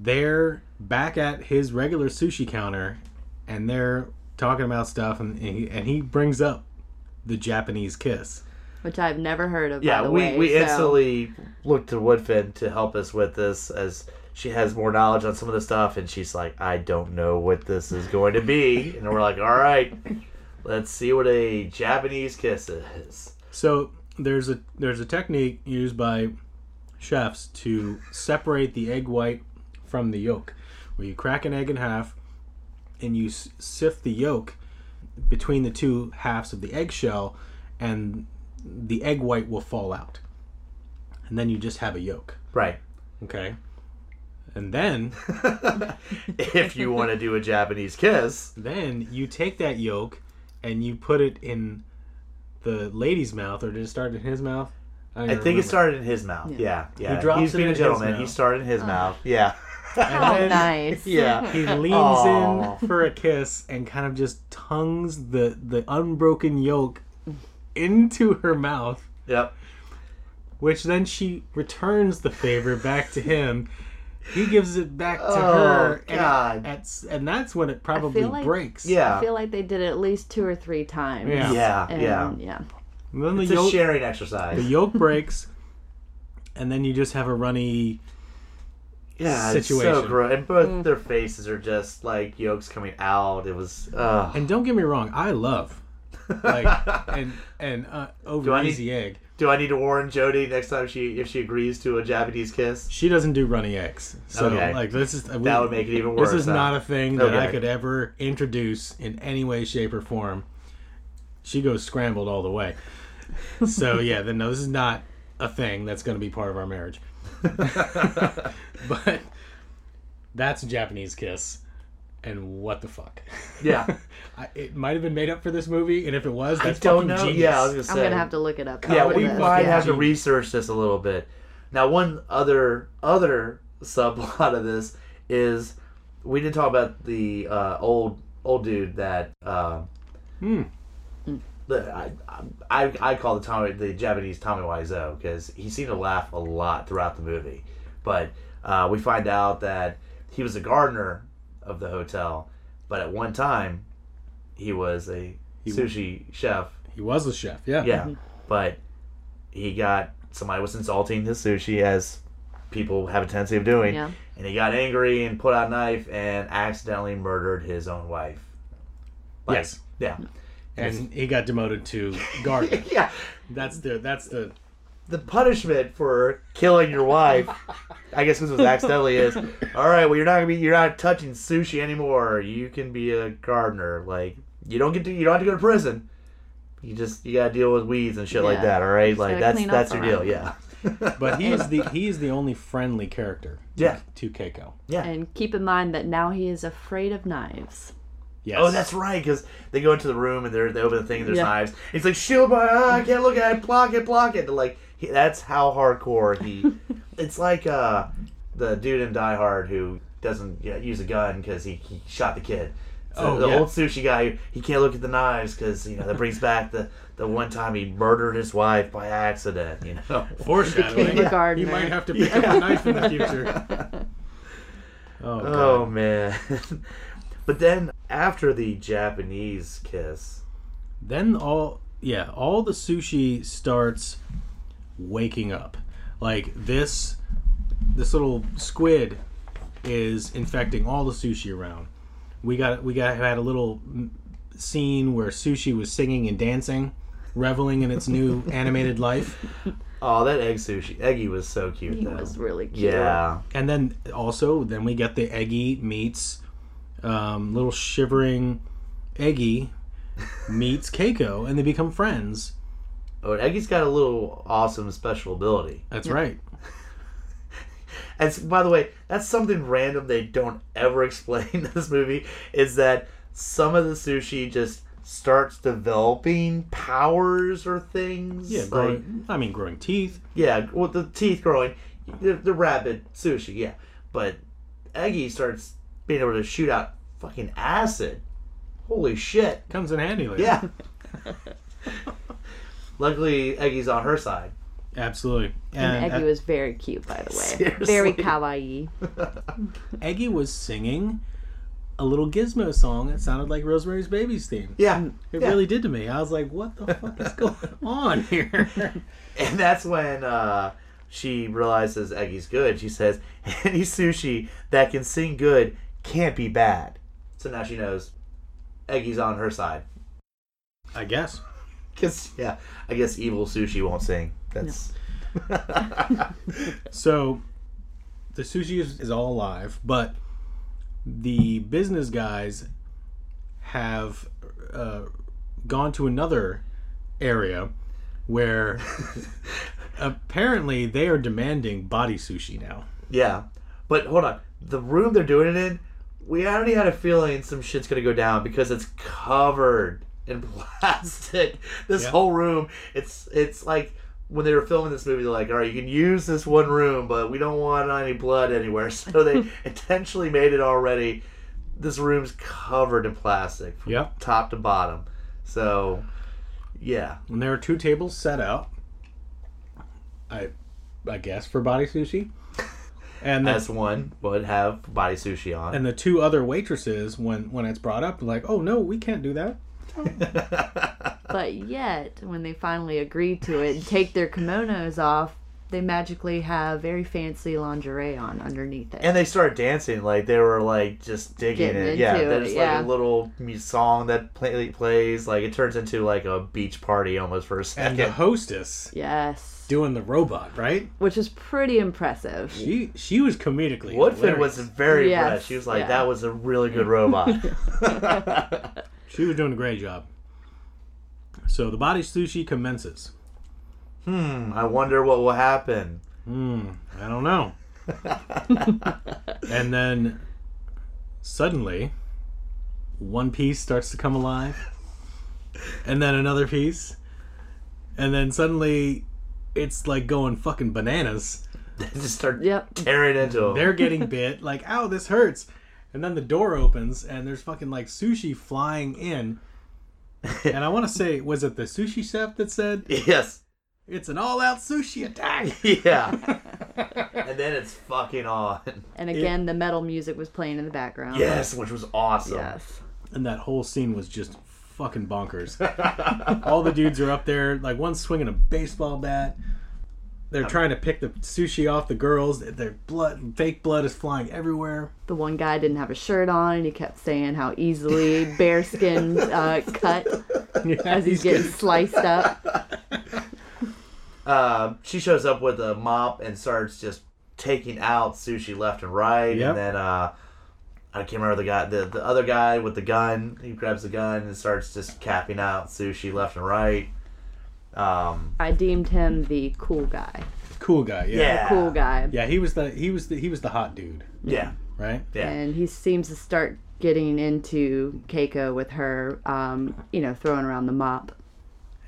[SPEAKER 2] They're back at his regular sushi counter, and they're talking about stuff, and, and, he, and he brings up the Japanese kiss.
[SPEAKER 4] Which I've never heard of.
[SPEAKER 3] Yeah,
[SPEAKER 4] by the
[SPEAKER 3] we,
[SPEAKER 4] way,
[SPEAKER 3] we
[SPEAKER 4] so-
[SPEAKER 3] instantly looked to Woodfin to help us with this as she has more knowledge on some of the stuff, and she's like, I don't know what this is going to be. And we're like, all right, let's see what a Japanese kiss is.
[SPEAKER 2] So there's a there's a technique used by chefs to separate the egg white from the yolk, where you crack an egg in half and you s- sift the yolk between the two halves of the eggshell, and the egg white will fall out, and then you just have a yolk.
[SPEAKER 3] Right.
[SPEAKER 2] Okay, and then
[SPEAKER 3] If you want to do a Japanese kiss,
[SPEAKER 2] then you take that yolk and you put it in the lady's mouth, or did it start in his mouth? don't
[SPEAKER 3] I
[SPEAKER 2] even
[SPEAKER 3] think it
[SPEAKER 2] remember.
[SPEAKER 3] started in his mouth. Yeah, yeah.
[SPEAKER 2] He drops
[SPEAKER 3] He's
[SPEAKER 2] it
[SPEAKER 3] being
[SPEAKER 2] in
[SPEAKER 3] a
[SPEAKER 2] his
[SPEAKER 3] gentleman. He
[SPEAKER 2] mouth.
[SPEAKER 3] started in
[SPEAKER 4] Ah.
[SPEAKER 3] his mouth. Yeah.
[SPEAKER 4] Oh,
[SPEAKER 2] And then-
[SPEAKER 4] nice.
[SPEAKER 3] yeah.
[SPEAKER 2] He leans
[SPEAKER 3] Aw.
[SPEAKER 2] in for a kiss and kind of just tongues the the unbroken yolk into her mouth,
[SPEAKER 3] Yep.
[SPEAKER 2] which then she returns the favor back to him. He gives it back to
[SPEAKER 3] Oh,
[SPEAKER 2] her,
[SPEAKER 3] God.
[SPEAKER 2] And, it- that's- and that's when it probably
[SPEAKER 4] like-
[SPEAKER 2] breaks.
[SPEAKER 4] I
[SPEAKER 3] Yeah.
[SPEAKER 4] feel like they did it at least two or three times.
[SPEAKER 2] Yeah.
[SPEAKER 3] Yeah,
[SPEAKER 4] And,
[SPEAKER 3] yeah.
[SPEAKER 4] yeah.
[SPEAKER 2] And then the
[SPEAKER 3] It's a
[SPEAKER 2] yolk,
[SPEAKER 3] sharing
[SPEAKER 2] the
[SPEAKER 3] exercise.
[SPEAKER 2] yolk breaks, and then you just have a runny.
[SPEAKER 3] Yeah, it's so
[SPEAKER 2] situation.
[SPEAKER 3] gross. And both
[SPEAKER 4] Mm.
[SPEAKER 3] their faces are just like yolks coming out. It was. Uh,
[SPEAKER 2] And don't get me wrong, I love like an an uh, over
[SPEAKER 3] I need-
[SPEAKER 2] easy egg.
[SPEAKER 3] Do I need to warn Jody next time she if she agrees to a Japanese kiss?
[SPEAKER 2] She doesn't do runny eggs, so
[SPEAKER 3] Okay.
[SPEAKER 2] like this is we-
[SPEAKER 3] That would make it even worse.
[SPEAKER 2] This is
[SPEAKER 3] huh?
[SPEAKER 2] not a thing that I
[SPEAKER 3] Okay.
[SPEAKER 2] could ever introduce in any way, shape, or form. She goes scrambled all the way. So yeah, then no, this is not a thing that's going to be part of our marriage. but that's a Japanese kiss, and what the fuck?
[SPEAKER 3] Yeah,
[SPEAKER 2] I, it might have been made up for this movie, and if it was,
[SPEAKER 3] I
[SPEAKER 2] that's fucking
[SPEAKER 3] don't know.
[SPEAKER 2] genius.
[SPEAKER 3] Yeah, I was gonna
[SPEAKER 4] I'm
[SPEAKER 3] say.
[SPEAKER 4] gonna have to look it up.
[SPEAKER 3] yeah,
[SPEAKER 4] after
[SPEAKER 3] we
[SPEAKER 4] this,
[SPEAKER 3] might
[SPEAKER 4] yeah.
[SPEAKER 3] have to research this a little bit. Now, one other other subplot of this is we did talk about the uh, old old dude that. Uh,
[SPEAKER 2] Hmm.
[SPEAKER 3] The, I, I I call the Tommy the Japanese Tommy Wiseau because he seemed to laugh a lot throughout the movie, but uh, we find out that he was a gardener of the hotel, but at one time he was a sushi chef
[SPEAKER 2] he was the chef. Yeah,
[SPEAKER 3] yeah, but he got somebody was insulting his sushi as people have a tendency of doing,
[SPEAKER 4] Yeah.
[SPEAKER 3] and he got angry and put out a knife and accidentally murdered his own wife. Like,
[SPEAKER 2] Yes.
[SPEAKER 3] Yeah.
[SPEAKER 2] and he got demoted to gardener.
[SPEAKER 3] Yeah.
[SPEAKER 2] that's the that's the
[SPEAKER 3] The punishment for killing your wife, I guess this was accidentally is, all right. Well, you're not gonna be you're not touching sushi anymore. You can be a gardener. Like you don't get to you don't have to go to prison. You just you gotta deal with weeds and shit like
[SPEAKER 4] Yeah.
[SPEAKER 3] that. All right.
[SPEAKER 4] Just
[SPEAKER 3] Like
[SPEAKER 4] gotta
[SPEAKER 3] that's
[SPEAKER 4] clean up
[SPEAKER 3] that's your deal.
[SPEAKER 4] around.
[SPEAKER 3] Yeah.
[SPEAKER 2] But he is the he is the only friendly character.
[SPEAKER 3] Yeah.
[SPEAKER 2] To Keiko.
[SPEAKER 3] Yeah.
[SPEAKER 4] And keep in mind that now he is afraid of knives.
[SPEAKER 2] Yes.
[SPEAKER 3] Oh, that's right, because they go into the room and they're, they open the thing and there's
[SPEAKER 4] Yeah.
[SPEAKER 3] knives. He's like, shield my eye, I can't look at it, block it, block it. They're like, he, that's how hardcore he. it's like uh, the dude in Die Hard who doesn't yeah, use a gun because he, he shot the kid. So
[SPEAKER 2] Oh,
[SPEAKER 3] the
[SPEAKER 2] yeah.
[SPEAKER 3] old sushi guy, he can't look at the knives because you know that brings back the, the one time he murdered his wife by accident. You know,
[SPEAKER 2] Oh, foreshadowing.
[SPEAKER 4] Became a gardener.
[SPEAKER 2] You might have to pick up a knife in the future. Oh,
[SPEAKER 3] Oh
[SPEAKER 2] God.
[SPEAKER 3] man. but then after the Japanese kiss,
[SPEAKER 2] Then all yeah, all the sushi starts waking up. Like this this little squid is infecting all the sushi around. We got we got had a little mm, scene where sushi was singing and dancing, reveling in its new animated life.
[SPEAKER 3] oh that egg sushi, Eggy was so cute.
[SPEAKER 4] He
[SPEAKER 3] though.
[SPEAKER 4] was really cute.
[SPEAKER 3] yeah.
[SPEAKER 2] and then also then we get the eggy meets um, little shivering eggy meets keiko and they become friends
[SPEAKER 3] Oh, and Eggy's got a little awesome special ability.
[SPEAKER 2] that's right
[SPEAKER 3] And s- by the way, that's something random they don't ever explain in this movie is that some of the sushi just starts developing powers or things.
[SPEAKER 2] yeah
[SPEAKER 3] like
[SPEAKER 2] growing, i mean growing teeth
[SPEAKER 3] Yeah, well, the teeth growing, the, the rabid sushi, yeah. But Eggy starts being able to shoot out fucking acid. Holy shit.
[SPEAKER 2] comes in handy later
[SPEAKER 3] Yeah. Luckily, Eggy's on her side.
[SPEAKER 2] absolutely
[SPEAKER 4] And
[SPEAKER 2] and uh,
[SPEAKER 4] Eggy was very cute, by the way.
[SPEAKER 3] Seriously.
[SPEAKER 4] Very kawaii.
[SPEAKER 2] eggy was singing a little gizmo song that sounded like rosemary's baby's theme
[SPEAKER 3] Yeah.
[SPEAKER 2] it
[SPEAKER 3] yeah.
[SPEAKER 2] really did to me i was like what the fuck is going on here
[SPEAKER 3] And that's when uh, she realizes Eggy's good. She says, any sushi that can sing good can't be bad. So now she knows Eggy's on her side.
[SPEAKER 2] i guess
[SPEAKER 3] Because, yeah, I guess evil sushi won't sing. That's.
[SPEAKER 2] So the sushi is, is all alive, but the business guys have uh, gone to another area where apparently they are demanding body sushi now.
[SPEAKER 3] Yeah, but hold on. The room they're doing it in, we already had a feeling some shit's gonna go down because it's covered in plastic. This
[SPEAKER 2] Yeah.
[SPEAKER 3] whole room, it's it's like when they were filming this movie, they're like, "All right, you can use this one room, but we don't want any blood anywhere." So they intentionally made it already. This room's covered in plastic from
[SPEAKER 2] Yep.
[SPEAKER 3] top to bottom. So, yeah,
[SPEAKER 2] And there are two tables set out. I I guess for body sushi. And the,
[SPEAKER 3] as one would have body sushi on.
[SPEAKER 2] and the two other waitresses when when it's brought up like, "Oh no, we can't do that."
[SPEAKER 4] But yet, when they finally agree to it and take their kimonos off, they magically have very fancy lingerie on underneath it.
[SPEAKER 3] And they started dancing like they were like just digging
[SPEAKER 4] Getting
[SPEAKER 3] it. Yeah,
[SPEAKER 4] into
[SPEAKER 3] there's
[SPEAKER 4] it,
[SPEAKER 3] like
[SPEAKER 4] yeah.
[SPEAKER 3] a little mu- song that play, plays. Like it turns into like a beach party almost for a
[SPEAKER 2] And
[SPEAKER 3] second.
[SPEAKER 2] the hostess
[SPEAKER 4] Yes.
[SPEAKER 2] doing the robot, right?
[SPEAKER 4] Which is pretty impressive.
[SPEAKER 2] She she was comedically.
[SPEAKER 3] Woodfin
[SPEAKER 2] hilarious.
[SPEAKER 3] was very
[SPEAKER 4] Yes,
[SPEAKER 3] impressed. She was like,
[SPEAKER 4] yeah.
[SPEAKER 3] "That was a really good robot."
[SPEAKER 2] she was doing a great job. So the body sushi commences.
[SPEAKER 3] Hmm, I wonder what will happen.
[SPEAKER 2] Hmm, I don't know. and then suddenly, one piece starts to come alive, and then another piece, and then suddenly, it's like going fucking bananas.
[SPEAKER 3] They just start
[SPEAKER 4] Yep.
[SPEAKER 3] tearing into him.
[SPEAKER 2] They're getting bit, like, ow, this hurts. And then the door opens, and there's fucking like sushi flying in. And I want to say, was it the sushi chef that said,
[SPEAKER 3] yes,
[SPEAKER 2] It's an all out sushi attack.
[SPEAKER 3] yeah. and then it's fucking on.
[SPEAKER 4] And again, the metal music was playing in the background.
[SPEAKER 3] Yes, which was awesome.
[SPEAKER 4] Yes.
[SPEAKER 2] And that whole scene was just fucking bonkers. All the dudes are up there, like one swinging a baseball bat. They're trying to pick the sushi off the girls. Their blood, fake blood, is flying everywhere.
[SPEAKER 4] The one guy didn't have a shirt on, and he kept saying how easily bearskin uh, cut as he's getting sliced up.
[SPEAKER 3] uh, she shows up with a mop and starts just taking out sushi left and right,
[SPEAKER 2] Yep.
[SPEAKER 3] and then uh, I can't remember the guy, the, the other guy with the gun. He grabs the gun and starts just capping out sushi left and right. Um,
[SPEAKER 4] I deemed him the cool guy.
[SPEAKER 2] cool guy. Yeah.
[SPEAKER 3] Yeah.
[SPEAKER 4] cool guy.
[SPEAKER 2] Yeah, he was the he was the he was the hot dude,
[SPEAKER 3] Yeah.
[SPEAKER 2] right?
[SPEAKER 3] Yeah.
[SPEAKER 4] and he seems to start getting into Keiko with her, um, you know, throwing around the mop.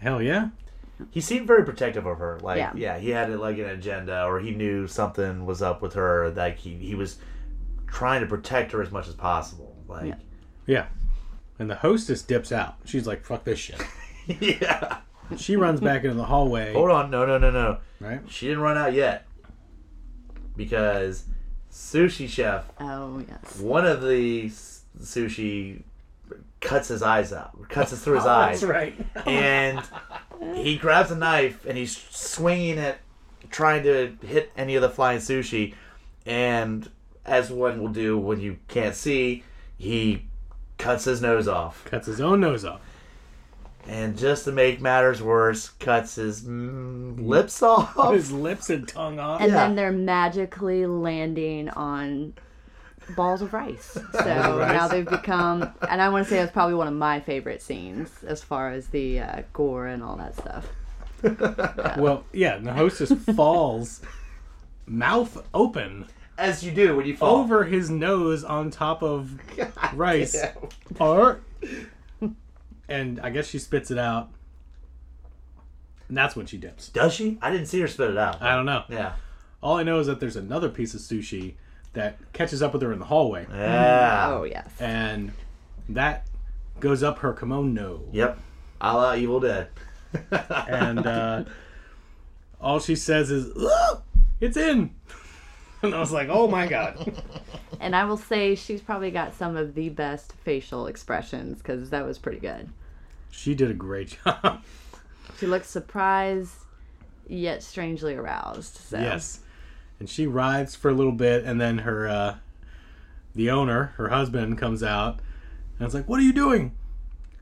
[SPEAKER 2] Hell yeah.
[SPEAKER 3] He seemed very protective of her. Like, yeah,
[SPEAKER 4] Yeah.
[SPEAKER 3] he had like an agenda, or he knew something was up with her. Like he he was trying to protect her as much as possible. Like,
[SPEAKER 2] Yeah. And the hostess dips out. She's like, "Fuck this shit."
[SPEAKER 3] yeah.
[SPEAKER 2] She runs back into the hallway,
[SPEAKER 3] Hold on, no, no, no, no.
[SPEAKER 2] right?
[SPEAKER 3] She didn't run out yet because sushi chef,
[SPEAKER 4] Oh yes,
[SPEAKER 3] one of the s- sushi, cuts his eyes out, cuts us through his eyes,
[SPEAKER 2] Oh, right.
[SPEAKER 3] and he grabs a knife and he's swinging it, trying to hit any of the flying sushi. And as one will do when you can't see, he cuts his nose off.
[SPEAKER 2] Cuts his own nose off.
[SPEAKER 3] And just to make matters worse, cuts his mm, lips off.
[SPEAKER 2] His lips and tongue off.
[SPEAKER 4] and
[SPEAKER 3] Yeah.
[SPEAKER 4] then they're magically landing on balls of rice. So now they've become, and I want to say that's probably one of my favorite scenes as far as the uh, gore and all that stuff.
[SPEAKER 2] Well, yeah, and the hostess falls mouth open
[SPEAKER 3] As you do when you fall.
[SPEAKER 2] over his nose on top of rice. Or and I guess she spits it out. And that's when she dips.
[SPEAKER 3] Does she? I didn't see her spit it out.
[SPEAKER 2] I don't know.
[SPEAKER 3] yeah.
[SPEAKER 2] All I know is that there's another piece of sushi that catches up with her in the hallway.
[SPEAKER 3] Yeah.
[SPEAKER 4] Oh yes,
[SPEAKER 2] And that goes up her kimono.
[SPEAKER 3] Yep. A la Evil Dead.
[SPEAKER 2] And uh, all she says is, "Ugh, it's in. And I was like, oh my God.
[SPEAKER 4] and I will say she's probably got some of the best facial expressions because that was pretty good.
[SPEAKER 2] She did a great job.
[SPEAKER 4] She looks surprised, yet strangely aroused. So
[SPEAKER 2] Yes. And she rides for a little bit, and then her, uh, the owner, her husband, comes out, and it's like, "What are you doing?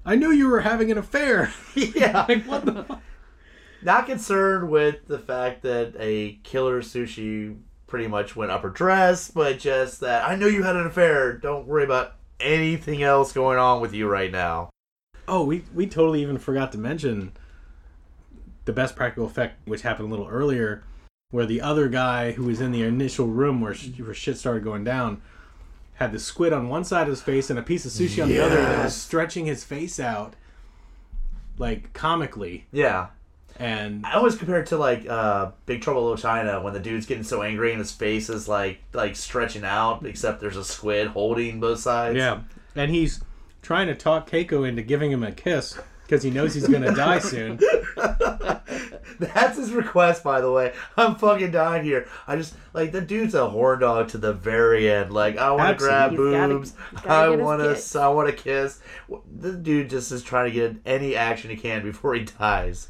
[SPEAKER 2] I knew you were having an affair."
[SPEAKER 3] yeah.
[SPEAKER 2] like, what the? fuck?
[SPEAKER 3] Not concerned with the fact that a killer sushi pretty much went up her dress, but just that I know you had an affair. Don't worry about anything else going on with you right now.
[SPEAKER 2] Oh, we we totally even forgot to mention the best practical effect, which happened a little earlier, where the other guy who was in the initial room where, sh- where shit started going down had the squid on one side of his face and a piece of sushi on the other that was stretching his face out like comically
[SPEAKER 3] Yeah.
[SPEAKER 2] and
[SPEAKER 3] I always compare it to like uh, Big Trouble in Little China when the dude's getting so angry and his face is like like stretching out, except there's a squid holding both sides.
[SPEAKER 2] Yeah, and he's trying to talk Keiko into giving him a kiss because he knows he's gonna die soon.
[SPEAKER 3] That's his request, by the way. I'm fucking dying here. I just like the dude's a horn dog to the very end. Like I want to
[SPEAKER 2] Absolutely.
[SPEAKER 3] grab
[SPEAKER 4] He's gotta-
[SPEAKER 3] boobs.
[SPEAKER 4] he's gotta
[SPEAKER 3] I
[SPEAKER 4] get his
[SPEAKER 3] want
[SPEAKER 4] kicks.
[SPEAKER 3] to. I want to kiss. This dude just is trying to get any action he can before he dies.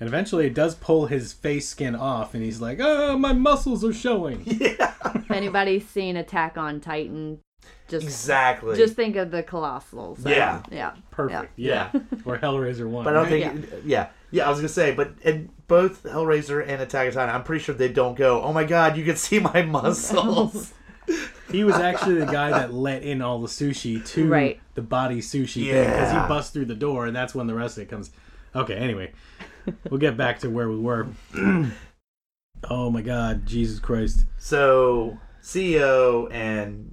[SPEAKER 2] And eventually, it does pull his face skin off, and he's like, "Oh, my muscles are showing."
[SPEAKER 4] If anybody's seen Attack on Titan, just
[SPEAKER 3] Exactly.
[SPEAKER 4] just think of the colossals. So,
[SPEAKER 3] Yeah.
[SPEAKER 4] yeah,
[SPEAKER 2] Perfect.
[SPEAKER 3] yeah.
[SPEAKER 2] Yeah. Or Hellraiser one.
[SPEAKER 3] But I don't
[SPEAKER 2] right?
[SPEAKER 3] think. Yeah. yeah. I was gonna say, but in both Hellraiser and Attack on Titan, I'm pretty sure they don't go. Oh my God, you can see my muscles.
[SPEAKER 2] he was actually the guy that let in all the sushi to
[SPEAKER 4] Right.
[SPEAKER 2] the body sushi because
[SPEAKER 3] Yeah.
[SPEAKER 2] he busts through the door, and that's when the rest of it comes. Okay, anyway, we'll get back to where we were. oh my God, Jesus Christ!
[SPEAKER 3] So CEO and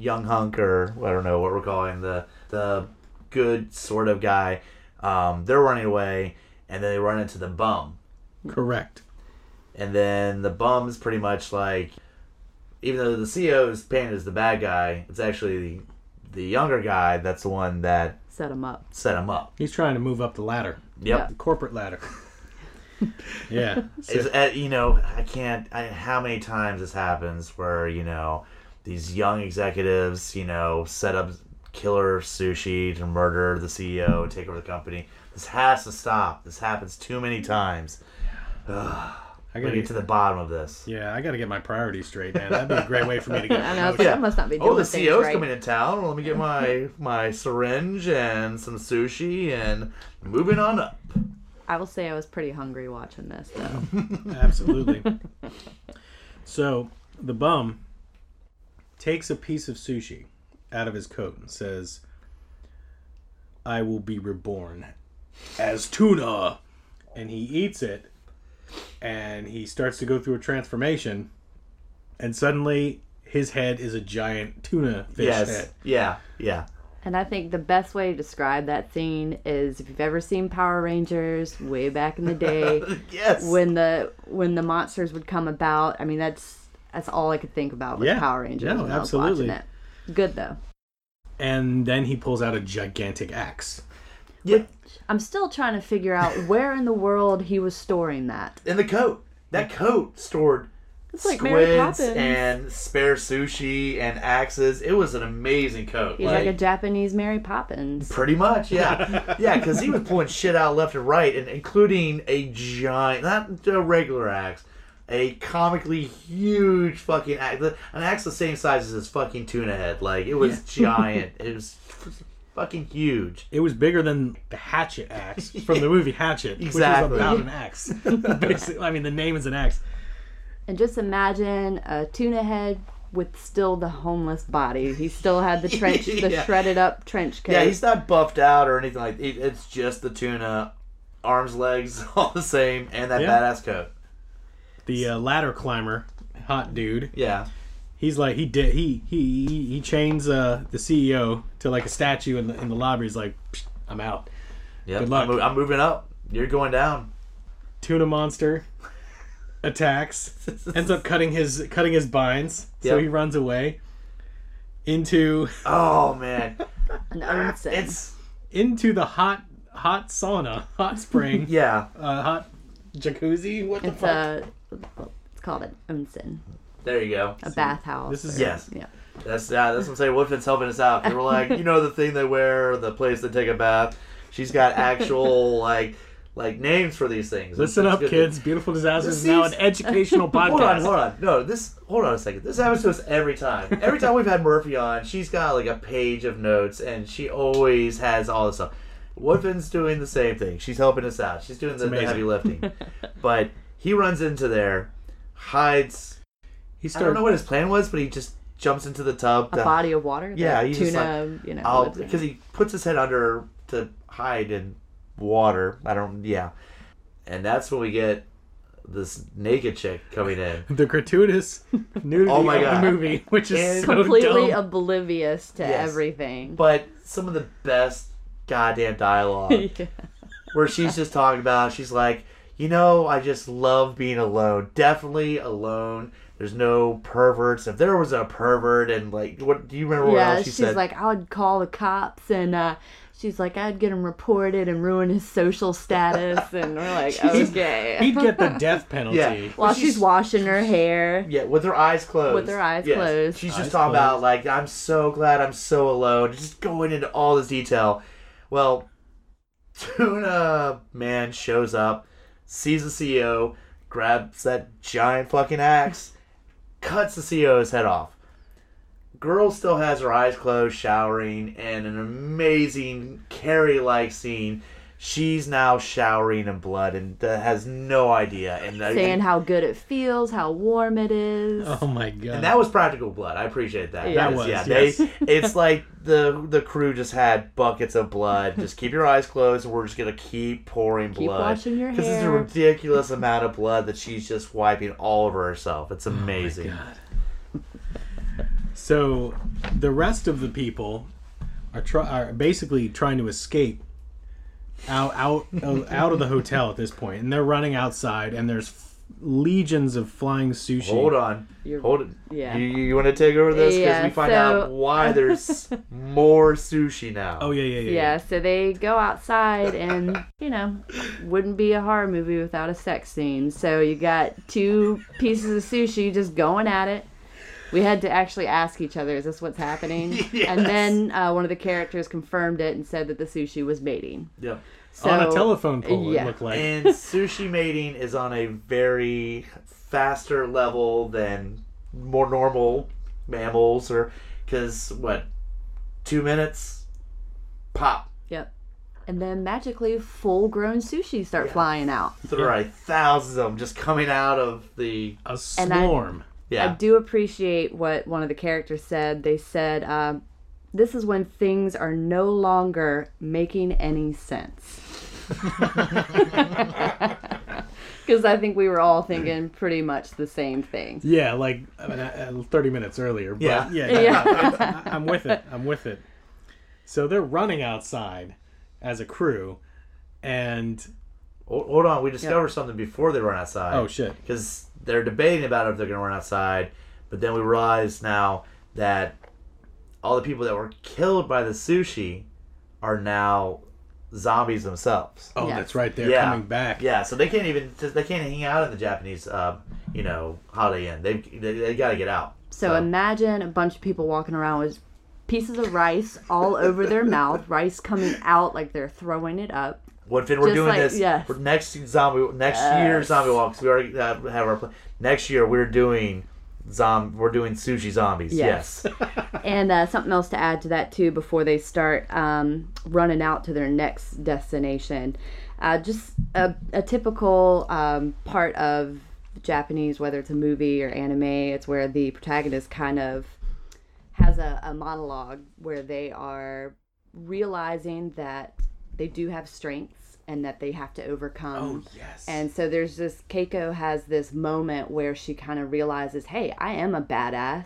[SPEAKER 3] young hunk or I don't know what we're calling the the good sort of guy, um, they're running away and then they run into the bum.
[SPEAKER 2] Correct.
[SPEAKER 3] And then the bum's pretty much like even though the CEO is painted as the bad guy, it's actually the, the younger guy that's the one that
[SPEAKER 4] set them up.
[SPEAKER 3] set him up.
[SPEAKER 2] He's trying to move up the ladder.
[SPEAKER 3] Yep.
[SPEAKER 2] the corporate ladder. yeah.
[SPEAKER 3] It's,
[SPEAKER 2] So-
[SPEAKER 3] uh, you know, I can't. I, how many times this happens where you know these young executives, you know, set up killer sushi to murder the CEO, take over the company. This has to stop. This happens too many times.
[SPEAKER 2] I
[SPEAKER 3] We
[SPEAKER 2] gotta
[SPEAKER 3] gotta get to the bottom of this.
[SPEAKER 2] yeah, I gotta get my priorities straight, man. That'd be a great way for me to get.
[SPEAKER 4] I know
[SPEAKER 3] Yeah.
[SPEAKER 4] I must not be doing
[SPEAKER 3] Oh, the
[SPEAKER 4] things
[SPEAKER 3] CEO's
[SPEAKER 4] right.
[SPEAKER 3] coming to town. Well, let me get my my syringe and some sushi and moving on up.
[SPEAKER 4] I will say I was pretty hungry watching this though.
[SPEAKER 2] Absolutely. so the bum takes a piece of sushi out of his coat and says, "I will be reborn as tuna," and he eats it. and he starts to go through a transformation, and suddenly his head is a giant tuna fish
[SPEAKER 3] Yes.
[SPEAKER 2] head.
[SPEAKER 3] Yeah. Yeah.
[SPEAKER 4] And I think the best way to describe that scene is if you've ever seen Power Rangers way back in the day
[SPEAKER 3] Yes.
[SPEAKER 4] when the when the monsters would come about. I mean, that's that's all I could think about with
[SPEAKER 2] Yeah.
[SPEAKER 4] Power Rangers.
[SPEAKER 2] No,
[SPEAKER 4] when I was
[SPEAKER 2] absolutely.
[SPEAKER 4] watching it. Good though.
[SPEAKER 2] And then he pulls out a gigantic axe.
[SPEAKER 3] yeah.
[SPEAKER 4] I'm still trying to figure out where in the world he was storing that.
[SPEAKER 3] And the coat. That coat stored
[SPEAKER 4] It's like Mary
[SPEAKER 3] squids
[SPEAKER 4] Poppins.
[SPEAKER 3] and spare sushi and axes. It was an amazing coat.
[SPEAKER 4] He's like, a Japanese Mary Poppins.
[SPEAKER 3] Pretty much, yeah, yeah, because he was pulling shit out left and right, and including a giant, not a regular axe, a comically huge fucking axe, an axe the same size as his fucking tuna head. Like it was giant. it was f- fucking huge.
[SPEAKER 2] It was bigger than the hatchet axe from the movie Hatchet,
[SPEAKER 3] Exactly.
[SPEAKER 2] which is about an axe. Basically, I mean, the name is an axe.
[SPEAKER 4] And just imagine a tuna head with still the homeless body. He still had the trench, the
[SPEAKER 3] Yeah.
[SPEAKER 4] shredded up trench coat.
[SPEAKER 3] Yeah, he's not buffed out or anything like. It, it's just the tuna, arms, legs, all the same, and that
[SPEAKER 2] Yeah.
[SPEAKER 3] badass coat.
[SPEAKER 2] The uh, ladder climber, hot dude.
[SPEAKER 3] Yeah,
[SPEAKER 2] He's like he did he he he- he chains uh, the CEO to like a statue in the in the lobby. He's like, "Psh, I'm out.
[SPEAKER 3] yeah.
[SPEAKER 2] Good luck.
[SPEAKER 3] I'm, mo- I'm moving up. You're going down.
[SPEAKER 2] Tuna monster attacks, ends up cutting his cutting his binds, so
[SPEAKER 3] Yep.
[SPEAKER 2] he runs away into
[SPEAKER 3] Oh man,
[SPEAKER 4] an onsen.
[SPEAKER 3] it's
[SPEAKER 2] into the hot hot sauna, hot spring,
[SPEAKER 3] yeah.
[SPEAKER 2] uh, hot jacuzzi. What the
[SPEAKER 4] It's uh,
[SPEAKER 2] fuck?
[SPEAKER 4] a it's called an onsen,
[SPEAKER 3] There you go.
[SPEAKER 4] a bathhouse.
[SPEAKER 2] This is
[SPEAKER 3] Yes,
[SPEAKER 4] yeah.
[SPEAKER 3] that's yeah, that's what I'm saying. Woodfin's helping us out. They were like, you know, the thing they wear, the place they take a bath. She's got actual like like names for these things.
[SPEAKER 2] Listen
[SPEAKER 3] It's
[SPEAKER 2] up,
[SPEAKER 3] good.
[SPEAKER 2] kids. Beautiful Disasters
[SPEAKER 3] This
[SPEAKER 2] is now
[SPEAKER 3] is-
[SPEAKER 2] an educational podcast.
[SPEAKER 3] Hold on, hold on. No, this. Hold on a second. This happens to us every time. Every time we've had Murphy on, she's got like a page of notes, and she always has all this stuff. Woodfin's doing the same thing. She's helping us out. She's doing the, the
[SPEAKER 2] amazing.
[SPEAKER 3] heavy lifting. but he runs into there, hides.
[SPEAKER 2] He
[SPEAKER 3] I don't
[SPEAKER 2] started.
[SPEAKER 3] know what his plan was, but he just jumps into the tub.
[SPEAKER 4] A
[SPEAKER 3] to-
[SPEAKER 4] body of water. that
[SPEAKER 3] Yeah, he's just
[SPEAKER 4] tuna. you know,
[SPEAKER 3] I'll
[SPEAKER 4] lives in.
[SPEAKER 3] because he puts his head under to hide in water. I don't. Yeah, and that's when we get this naked chick coming in.
[SPEAKER 2] the gratuitous nudity
[SPEAKER 3] Oh my
[SPEAKER 2] of
[SPEAKER 3] God.
[SPEAKER 2] the movie, which is
[SPEAKER 3] And-
[SPEAKER 2] so
[SPEAKER 4] completely
[SPEAKER 2] dumb.
[SPEAKER 4] oblivious to
[SPEAKER 3] Yes.
[SPEAKER 4] everything.
[SPEAKER 3] But some of the best goddamn dialogue
[SPEAKER 4] Yeah.
[SPEAKER 3] where she's just talking about. She's like, you know, I just love being alone. Definitely alone. There's no perverts. If there was a pervert, and like, what do you remember? what
[SPEAKER 4] Yeah,
[SPEAKER 3] else she
[SPEAKER 4] she's
[SPEAKER 3] said?
[SPEAKER 4] like, I would call the cops and uh, she's like, I'd get him reported and ruin his social status. And we're like, okay.
[SPEAKER 2] He'd get the death penalty.
[SPEAKER 3] Yeah.
[SPEAKER 4] While
[SPEAKER 3] Well,
[SPEAKER 4] she's, washing her hair.
[SPEAKER 3] Yeah, with her eyes closed.
[SPEAKER 4] With her eyes closed.
[SPEAKER 3] She's
[SPEAKER 2] Eyes
[SPEAKER 3] just talking about like I'm so glad I'm so alone. Just going into all this detail. Well, Tuna man shows up, sees the CEO, grabs that giant fucking axe, cuts the CEO's head off. Girl still has her eyes closed, showering, and an amazing Carrie-like scene. She's now showering in blood and uh, has no idea. And uh,
[SPEAKER 4] Saying how good it feels, how warm it is.
[SPEAKER 2] Oh my god.
[SPEAKER 3] and that was practical blood. I appreciate that.
[SPEAKER 4] That
[SPEAKER 3] Because,
[SPEAKER 2] was,
[SPEAKER 3] yeah.
[SPEAKER 2] yes.
[SPEAKER 3] They, it's like the the crew just had buckets of blood. Just keep your eyes closed, and we're just gonna keep pouring
[SPEAKER 4] Keep
[SPEAKER 3] blood.
[SPEAKER 4] washing your
[SPEAKER 3] it's a
[SPEAKER 4] hair.
[SPEAKER 3] ridiculous amount of blood that she's just wiping all over herself.
[SPEAKER 4] Oh
[SPEAKER 3] It's amazing.
[SPEAKER 2] So the rest of the people are, try- are basically trying to escape out out of, out of the hotel at this point, and they're running outside, and there's f- legions of flying sushi.
[SPEAKER 3] Hold on.
[SPEAKER 4] You're-
[SPEAKER 3] Hold it.
[SPEAKER 4] yeah.
[SPEAKER 3] You, you want to take over this because
[SPEAKER 4] Yeah,
[SPEAKER 3] we find
[SPEAKER 4] so-
[SPEAKER 3] out why there's more sushi now.
[SPEAKER 2] Oh yeah, yeah, yeah.
[SPEAKER 4] Yeah, so they go outside and, you know, wouldn't be a horror movie without a sex scene. So you got two pieces of sushi just going at it. We had to actually ask each other, is this what's happening? And then uh, one of the characters confirmed it and said that the sushi was mating.
[SPEAKER 3] yeah.
[SPEAKER 4] So,
[SPEAKER 2] on a telephone pole.
[SPEAKER 4] yeah.
[SPEAKER 2] It looked like.
[SPEAKER 3] and sushi mating is on a very faster level than more normal mammals or because what two minutes pop
[SPEAKER 4] Yep. And then magically, full grown sushi start flying out.
[SPEAKER 3] there are like thousands of them just coming out of the
[SPEAKER 2] a
[SPEAKER 4] and I-
[SPEAKER 2] swarm.
[SPEAKER 4] I
[SPEAKER 3] yeah
[SPEAKER 4] do appreciate what one of the characters said. They said, um, "This is when things are no longer making any sense." because I think we were all thinking pretty much the same thing.
[SPEAKER 2] Yeah, like I mean, uh, uh, 30 minutes earlier. But yeah,
[SPEAKER 3] Yeah.
[SPEAKER 2] yeah, I, I'm with it. I'm with it. So they're running outside as a crew, and
[SPEAKER 3] Hold hold on, we discovered something before they run outside.
[SPEAKER 2] Oh, shit.
[SPEAKER 3] Because they're debating about if they're going to run outside, but then we realize now that all the people that were killed by the sushi are now zombies themselves.
[SPEAKER 2] oh,
[SPEAKER 4] Yeah.
[SPEAKER 2] that's right. They're
[SPEAKER 3] Yeah.
[SPEAKER 2] coming back.
[SPEAKER 3] Yeah, so they can't even they can't hang out in the Japanese, uh, you know, Holiday Inn. They they, they got to get out.
[SPEAKER 4] So imagine a bunch of people walking around with pieces of rice all over their mouth, rice coming out like they're throwing it up.
[SPEAKER 3] What if we're
[SPEAKER 4] Just
[SPEAKER 3] doing
[SPEAKER 4] like-
[SPEAKER 3] this
[SPEAKER 4] yes.
[SPEAKER 3] for next zombie next
[SPEAKER 4] Yes.
[SPEAKER 3] year zombie walks? We already uh, have our plan. Next year we're doing zom we're doing sushi zombies.
[SPEAKER 4] Yes.
[SPEAKER 3] Yes.
[SPEAKER 4] And uh, something else to add to that too, before they start um, running out to their next destination, uh, just a, a typical um, part of Japanese, whether it's a movie or anime, it's where the protagonist kind of has a, a monologue where they are realizing that they do have strengths and that they have to overcome
[SPEAKER 2] Oh, yes.
[SPEAKER 4] and so there's this Keiko has this moment where she kind of realizes, "Hey, I am a badass."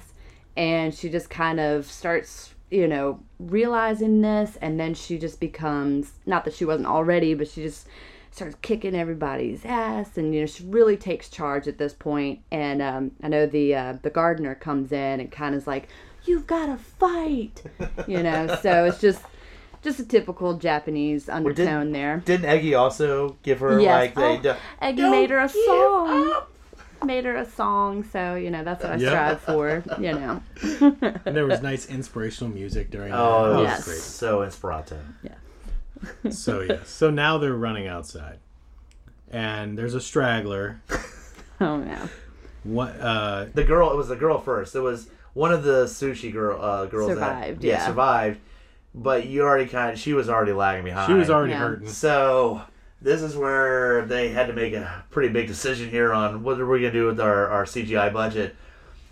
[SPEAKER 4] And she just kind of starts, you know, realizing this and then she just becomes not that she wasn't already, but she just starts kicking everybody's ass and you know, she really takes charge at this point and um, I know the uh, the gardener comes in and kind of is like, "You've got to fight." you know, so it's just just a typical Japanese
[SPEAKER 3] did-
[SPEAKER 4] undertone there.
[SPEAKER 3] Didn't Eggy also give her
[SPEAKER 4] Yes.
[SPEAKER 3] like they
[SPEAKER 4] Oh, Eggy made her a
[SPEAKER 3] give
[SPEAKER 4] song. Made her a song, so you know that's what I
[SPEAKER 2] Yeah.
[SPEAKER 4] strive for. You know,
[SPEAKER 2] And there was nice inspirational music during.
[SPEAKER 3] Oh, it
[SPEAKER 2] that.
[SPEAKER 4] Yes.
[SPEAKER 3] was so inspirato.
[SPEAKER 2] So yeah. So now they're running outside, and there's a straggler.
[SPEAKER 4] oh no,
[SPEAKER 2] What? Uh,
[SPEAKER 3] The girl, it was the girl first. It was one of the sushi girl uh, girls
[SPEAKER 4] Survived,
[SPEAKER 3] That,
[SPEAKER 4] yeah.
[SPEAKER 3] survived. But you already kind of, she was already lagging behind.
[SPEAKER 2] she was already
[SPEAKER 4] Yeah.
[SPEAKER 2] hurting.
[SPEAKER 3] So this is where they had to make a pretty big decision here on what are we gonna do with our, our CGI budget,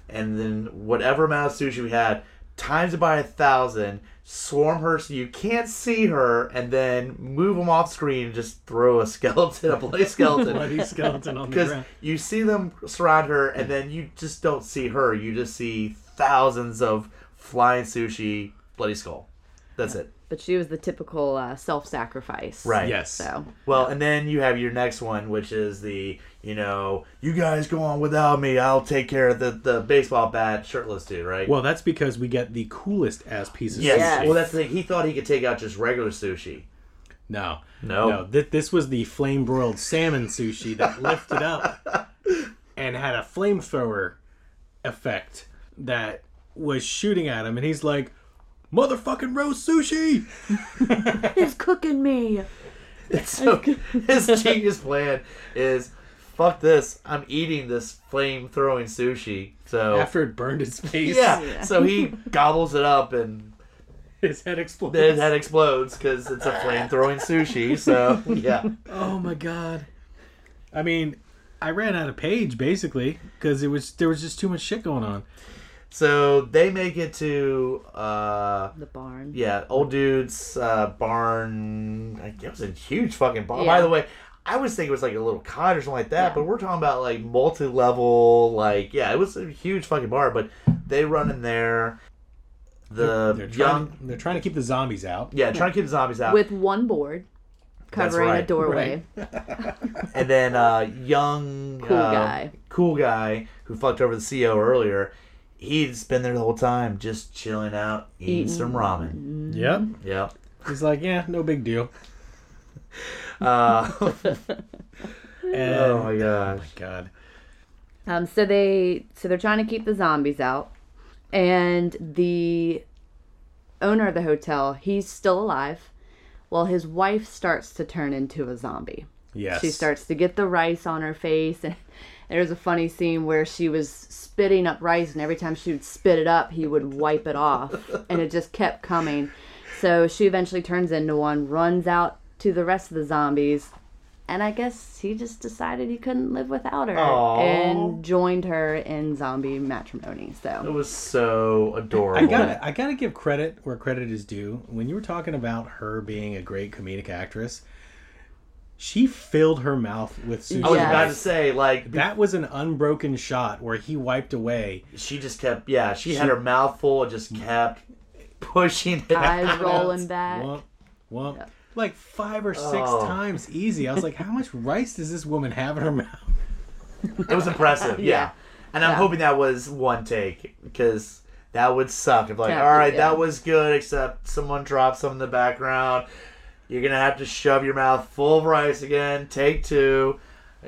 [SPEAKER 3] and then whatever amount of sushi we had, times it by a thousand, swarm her so you can't see her, and then move them off screen and just throw a skeleton, a bloody skeleton.
[SPEAKER 2] Bloody skeleton on the
[SPEAKER 3] Because
[SPEAKER 2] ground.
[SPEAKER 3] you see them surround her, and then you just don't see her. You just see thousands of flying sushi, bloody skull. That's it.
[SPEAKER 4] but she was the typical uh, self-sacrifice.
[SPEAKER 3] Right.
[SPEAKER 2] Yes.
[SPEAKER 4] So
[SPEAKER 3] Well, and then you have your next one, which is the you know you guys go on without me. I'll take care of the the baseball bat shirtless dude, right?
[SPEAKER 2] Well, that's because we get the coolest ass piece of
[SPEAKER 3] yes.
[SPEAKER 4] Yes.
[SPEAKER 3] Well, that's the thing. He thought he could take out just regular sushi.
[SPEAKER 2] No.
[SPEAKER 3] No.
[SPEAKER 2] No. Th- this was the flame broiled salmon sushi that lifted up and had a flamethrower effect that was shooting at him, and he's like, motherfucking roast sushi!
[SPEAKER 4] he's cooking me.
[SPEAKER 3] So his genius plan is fuck this. I'm eating this flame throwing sushi. So
[SPEAKER 2] After it burned his face,
[SPEAKER 3] Oh. yeah,
[SPEAKER 4] Yeah.
[SPEAKER 3] So he gobbles it up and
[SPEAKER 2] his head exploded.
[SPEAKER 3] his head explodes because it's a flame throwing sushi. So yeah.
[SPEAKER 2] Oh my god. I mean, I ran out of page basically because it was there was just too much shit going on.
[SPEAKER 3] So they make it to. uh
[SPEAKER 4] The barn.
[SPEAKER 3] Yeah, old dude's uh, barn. I guess it was a huge fucking barn. By
[SPEAKER 4] Yeah.
[SPEAKER 3] the way, I was thinking it was like a little cottage or something like that,
[SPEAKER 4] Yeah.
[SPEAKER 3] but we're talking about like multi level. Like, yeah, it was a huge fucking barn, but they run in there. The
[SPEAKER 2] They're
[SPEAKER 3] young.
[SPEAKER 2] trying, they're trying to keep the zombies out.
[SPEAKER 3] yeah, trying to keep the zombies out.
[SPEAKER 4] With one board covering a
[SPEAKER 3] right,
[SPEAKER 4] doorway.
[SPEAKER 3] and then uh, young.
[SPEAKER 4] Cool
[SPEAKER 3] uh,
[SPEAKER 4] guy.
[SPEAKER 3] Cool guy who fucked over the CEO earlier. He's been there the whole time, just chilling out, eating some
[SPEAKER 4] Mm-hmm.
[SPEAKER 3] ramen.
[SPEAKER 2] Yep.
[SPEAKER 3] Yep.
[SPEAKER 2] He's like, yeah, no big deal.
[SPEAKER 3] Uh,
[SPEAKER 2] And,
[SPEAKER 3] oh my gosh.
[SPEAKER 2] god.
[SPEAKER 4] Um, so they so they're trying to keep the zombies out, and the owner of the hotel he's still alive, while his wife starts to turn into a zombie.
[SPEAKER 2] Yes.
[SPEAKER 4] She starts to get the rice on her face, and there's a funny scene where she was spitting up rice, and every time she would spit it up, he would wipe it off, and it just kept coming. So she eventually turns into one, runs out to the rest of the zombies, and I guess he just decided he couldn't live without her
[SPEAKER 3] Aw.
[SPEAKER 4] and joined her in zombie matrimony.
[SPEAKER 3] It
[SPEAKER 4] So
[SPEAKER 3] was so adorable.
[SPEAKER 2] I gotta, I gotta give credit where credit is due. When you were talking about her being a great comedic actress, She filled her mouth with sushi.
[SPEAKER 3] I was
[SPEAKER 4] Yes.
[SPEAKER 3] about to say, like,
[SPEAKER 2] That was an unbroken shot where he wiped away.
[SPEAKER 3] she just kept, yeah, she had her mouth full and just kept pushing it.
[SPEAKER 4] Eyes
[SPEAKER 3] out.
[SPEAKER 4] rolling back.
[SPEAKER 2] Womp, womp. Like five or six
[SPEAKER 3] Oh.
[SPEAKER 2] times easy. I was like, how much rice does this woman have in her mouth?
[SPEAKER 3] It was impressive, yeah.
[SPEAKER 4] Yeah.
[SPEAKER 3] And I'm
[SPEAKER 4] Yeah.
[SPEAKER 3] hoping that was one take because that would suck. If like,
[SPEAKER 4] Yeah,
[SPEAKER 3] all right,
[SPEAKER 4] yeah.
[SPEAKER 3] that was good, except someone dropped some in the background. You're gonna have to shove your mouth full of rice again. Take two.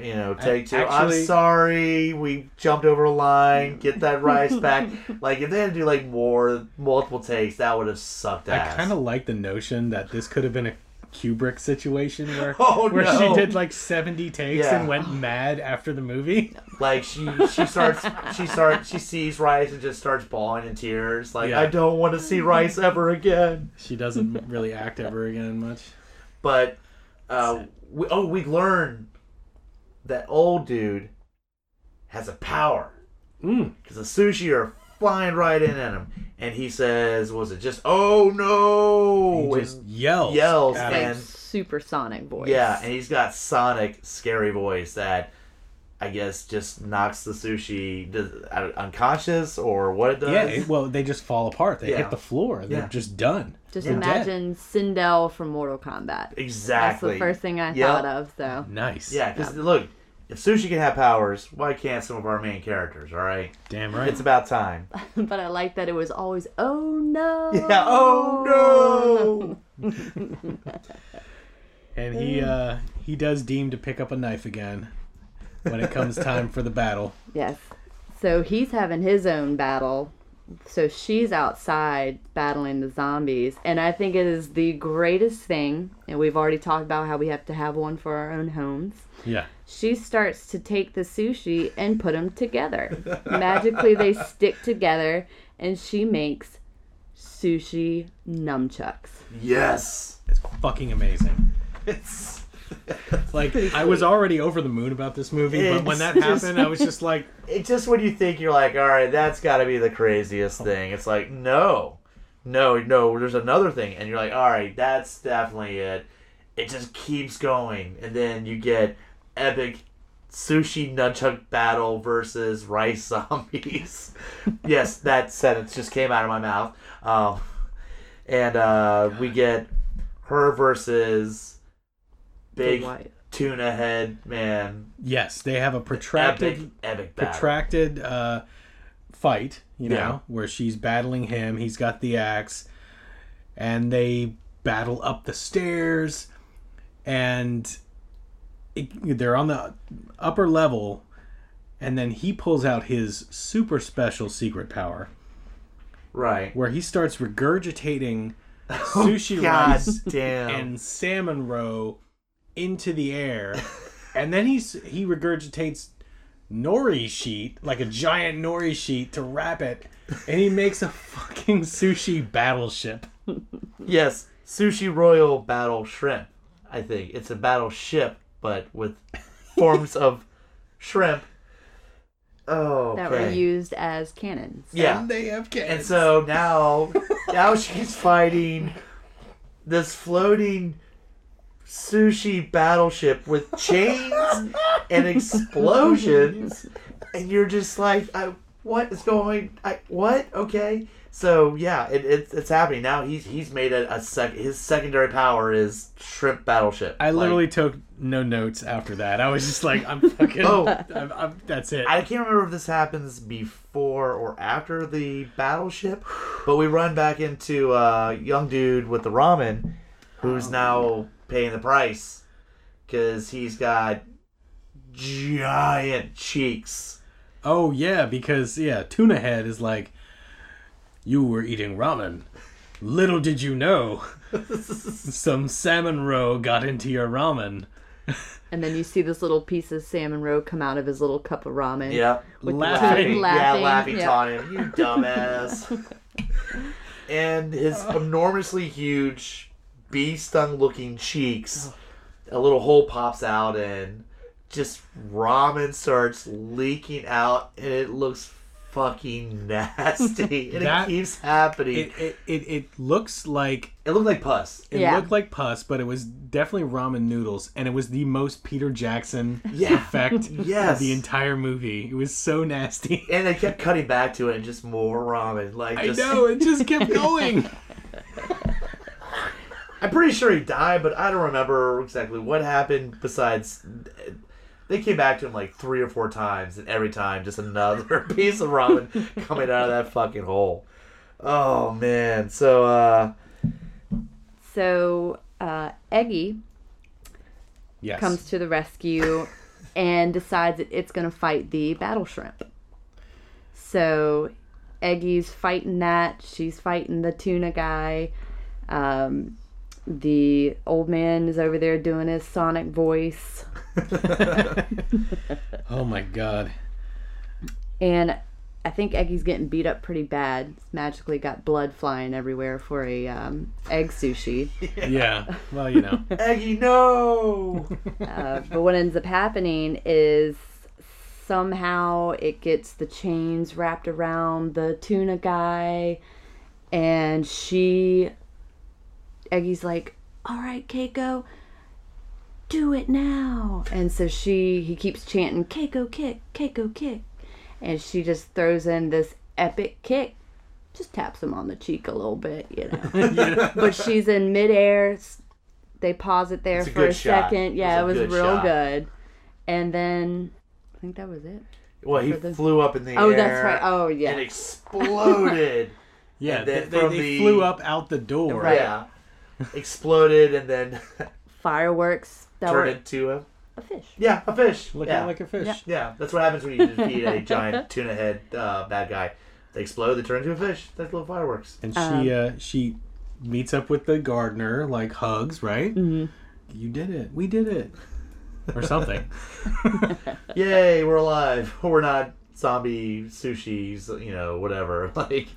[SPEAKER 3] You know, take two.
[SPEAKER 2] actually-
[SPEAKER 3] I'm sorry, we jumped over a line. Get that rice back. like if they had to do like more multiple takes, that would have sucked ass.
[SPEAKER 2] I kind of like the notion that this could have been a Kubrick situation where
[SPEAKER 3] Oh,
[SPEAKER 2] where
[SPEAKER 3] no.
[SPEAKER 2] she did like 70 takes
[SPEAKER 3] Yeah.
[SPEAKER 2] and went mad after the movie.
[SPEAKER 3] Like she she starts she starts she sees rice and just starts bawling in tears. Like
[SPEAKER 2] Yeah.
[SPEAKER 3] I don't want to see rice ever again.
[SPEAKER 2] She doesn't really act ever again much.
[SPEAKER 3] But uh, we, oh, we learn that old dude has a power
[SPEAKER 2] Mm.
[SPEAKER 3] because the sushi are flying right in at him, and he says, "Was it just oh no?"
[SPEAKER 2] He just
[SPEAKER 3] And-
[SPEAKER 2] yells.
[SPEAKER 3] yells
[SPEAKER 2] at
[SPEAKER 4] Like
[SPEAKER 2] him.
[SPEAKER 3] and-
[SPEAKER 4] supersonic voice.
[SPEAKER 3] yeah, and he's got Sonic scary voice that. I guess just knocks the sushi does, I don't- unconscious or what it does.
[SPEAKER 2] yeah, it- well, they just fall apart. They
[SPEAKER 3] Yeah.
[SPEAKER 2] hit the floor. They're
[SPEAKER 3] Yeah.
[SPEAKER 2] just done.
[SPEAKER 4] Just
[SPEAKER 2] They're dead.
[SPEAKER 4] imagine Sindel from Mortal Kombat.
[SPEAKER 3] exactly.
[SPEAKER 4] That's the first thing I
[SPEAKER 3] Yep.
[SPEAKER 4] thought of. So
[SPEAKER 2] Nice.
[SPEAKER 3] Yeah, because look, if sushi can have powers, why can't some of our main characters? All right,
[SPEAKER 2] Damn right.
[SPEAKER 3] it's about time.
[SPEAKER 4] but I like that it was always oh no.
[SPEAKER 3] Yeah. Oh no.
[SPEAKER 2] and he
[SPEAKER 3] Mm.
[SPEAKER 2] uh, he does deem to pick up a knife again when it comes time for the battle.
[SPEAKER 4] Yes. So he's having his own battle. So she's outside battling the zombies. And I think it is the greatest thing. And we've already talked about how we have to have one for our own homes.
[SPEAKER 2] Yeah.
[SPEAKER 4] She starts to take the sushi and put them together. Magically, they stick together. And she makes sushi nunchucks.
[SPEAKER 3] Yes.
[SPEAKER 2] It's fucking amazing.
[SPEAKER 3] It's
[SPEAKER 2] Like I was already over the moon about this movie, but when that
[SPEAKER 3] It's just-
[SPEAKER 2] happened, I was just like,
[SPEAKER 3] it's just when you think you're like, all right, that's got to be the craziest thing. It's like, no, no, no. There's another thing, and you're like, all right, that's definitely it. It just keeps going, and then you get epic sushi nunchuck battle versus rice zombies. yes, that sentence just came out of my mouth. Um, and uh, we get her versus big
[SPEAKER 4] white.
[SPEAKER 3] tuna head man
[SPEAKER 2] yes, they have a protracted
[SPEAKER 3] epic, epic battle.
[SPEAKER 2] protracted uh, fight, you know,
[SPEAKER 3] Yeah.
[SPEAKER 2] where she's battling him. He's got the axe, and they battle up the stairs, and it, they're on the upper level, and then he pulls out his super special secret power,
[SPEAKER 3] right.
[SPEAKER 2] where he starts regurgitating sushi
[SPEAKER 3] Oh, God
[SPEAKER 2] rice
[SPEAKER 3] damn.
[SPEAKER 2] and salmon roe into the air, and then he's he regurgitates nori sheet like a giant nori sheet to wrap it, and he makes a fucking sushi battleship.
[SPEAKER 3] yes, Sushi Royal Battle Shrimp. I think it's a battleship, but with forms of shrimp. Oh, okay.
[SPEAKER 4] That were used as cannons.
[SPEAKER 3] Yeah,
[SPEAKER 2] and they have cans.
[SPEAKER 3] and so now, now she's fighting this floating sushi battleship with chains and explosions, and you're just like, I, what is going? I, what? Okay. So yeah, it, it's it's happening now. He's he's made a, a sec. His secondary power is shrimp battleship.
[SPEAKER 2] I
[SPEAKER 3] Like,
[SPEAKER 2] literally took no notes after that. I was just like, I'm fucking.
[SPEAKER 3] Oh.
[SPEAKER 2] I'm, I'm, that's it.
[SPEAKER 3] I can't remember if this happens before or after the battleship, but we run back into uh, young dude with the ramen, who's now paying the price because he's got giant cheeks.
[SPEAKER 2] Oh yeah, because yeah, tuna head is like you were eating ramen. Little did you know, some salmon roe got into your ramen.
[SPEAKER 4] And then you see this little piece of salmon roe come out of his little cup of ramen.
[SPEAKER 3] Yep.
[SPEAKER 4] With
[SPEAKER 2] Laughing.
[SPEAKER 4] laughing.
[SPEAKER 3] Yeah,
[SPEAKER 4] laughing.
[SPEAKER 3] laughing
[SPEAKER 4] yeah.
[SPEAKER 3] taught him, you dumbass. and his enormously huge, bee stung looking cheeks, a little hole pops out, and just ramen starts leaking out, and it looks fucking nasty, and
[SPEAKER 2] That-
[SPEAKER 3] it keeps happening. It,
[SPEAKER 2] It, it, it, it looks like
[SPEAKER 3] looked like pus.
[SPEAKER 2] it
[SPEAKER 4] Yeah.
[SPEAKER 2] looked like pus, but it was definitely ramen noodles, and it was the most Peter Jackson
[SPEAKER 3] Yeah.
[SPEAKER 2] effect
[SPEAKER 3] Yes.
[SPEAKER 2] of the entire movie. It was so nasty.
[SPEAKER 3] and they kept cutting back to it and just more ramen. Like
[SPEAKER 2] I
[SPEAKER 3] just,
[SPEAKER 2] know it just kept going.
[SPEAKER 3] I'm pretty sure he died, but I don't remember exactly what happened. Besides, they came back to him like three or four times, and every time just another piece of ramen coming out of that fucking hole. Oh man! So uh,
[SPEAKER 4] So uh, Eggy
[SPEAKER 2] Yes.
[SPEAKER 4] comes to the rescue and decides that it's going to fight the battle shrimp. So Eggy's fighting that. She's fighting the tuna guy. Um, the old man is over there doing his sonic voice.
[SPEAKER 2] oh my god.
[SPEAKER 4] And I think Eggy's getting beat up pretty bad. It's magically got blood flying everywhere for a um, egg sushi.
[SPEAKER 2] Yeah. Well, you know.
[SPEAKER 3] Eggy, no!
[SPEAKER 4] Uh, but what ends up happening is somehow it gets the chains wrapped around the tuna guy, and she, Eggy's like, "All right, Keiko, do it now!" And so she, he keeps chanting, "Keiko kick, Keiko kick," and she just throws in this epic kick. Just taps him on the cheek a little bit, you know. but she's in midair. s- They pause it there
[SPEAKER 3] a
[SPEAKER 4] for a,
[SPEAKER 3] good shot.
[SPEAKER 4] second.
[SPEAKER 3] It's
[SPEAKER 4] Yeah,
[SPEAKER 3] a
[SPEAKER 4] it was
[SPEAKER 3] good
[SPEAKER 4] real
[SPEAKER 3] shot.
[SPEAKER 4] good. And then I think that was it.
[SPEAKER 3] Well, he
[SPEAKER 4] For the-
[SPEAKER 3] flew up in the
[SPEAKER 4] Oh,
[SPEAKER 3] air.
[SPEAKER 4] that's right. Oh, yeah.
[SPEAKER 3] And exploded.
[SPEAKER 2] Yeah.
[SPEAKER 3] And
[SPEAKER 2] they
[SPEAKER 3] then
[SPEAKER 2] they,
[SPEAKER 3] from
[SPEAKER 2] they
[SPEAKER 3] the-
[SPEAKER 2] flew up out the door.
[SPEAKER 4] Right.
[SPEAKER 3] Yeah. Exploded and then
[SPEAKER 4] Fireworks that
[SPEAKER 3] turned
[SPEAKER 4] were
[SPEAKER 3] into a
[SPEAKER 4] a fish.
[SPEAKER 3] yeah a fish.
[SPEAKER 2] Looking
[SPEAKER 3] yeah.
[SPEAKER 2] like a fish.
[SPEAKER 4] Yeah.
[SPEAKER 3] yeah, that's what happens when you defeat a giant tuna head uh, bad guy. They explode. They turn into a fish. That's little fireworks.
[SPEAKER 2] And
[SPEAKER 4] Um,
[SPEAKER 2] she uh, she meets up with the gardener, like hugs, right? Mm-hmm. You did it. We did it. Or something.
[SPEAKER 3] Yay, we're alive. We're not zombie sushis. You know, whatever. Like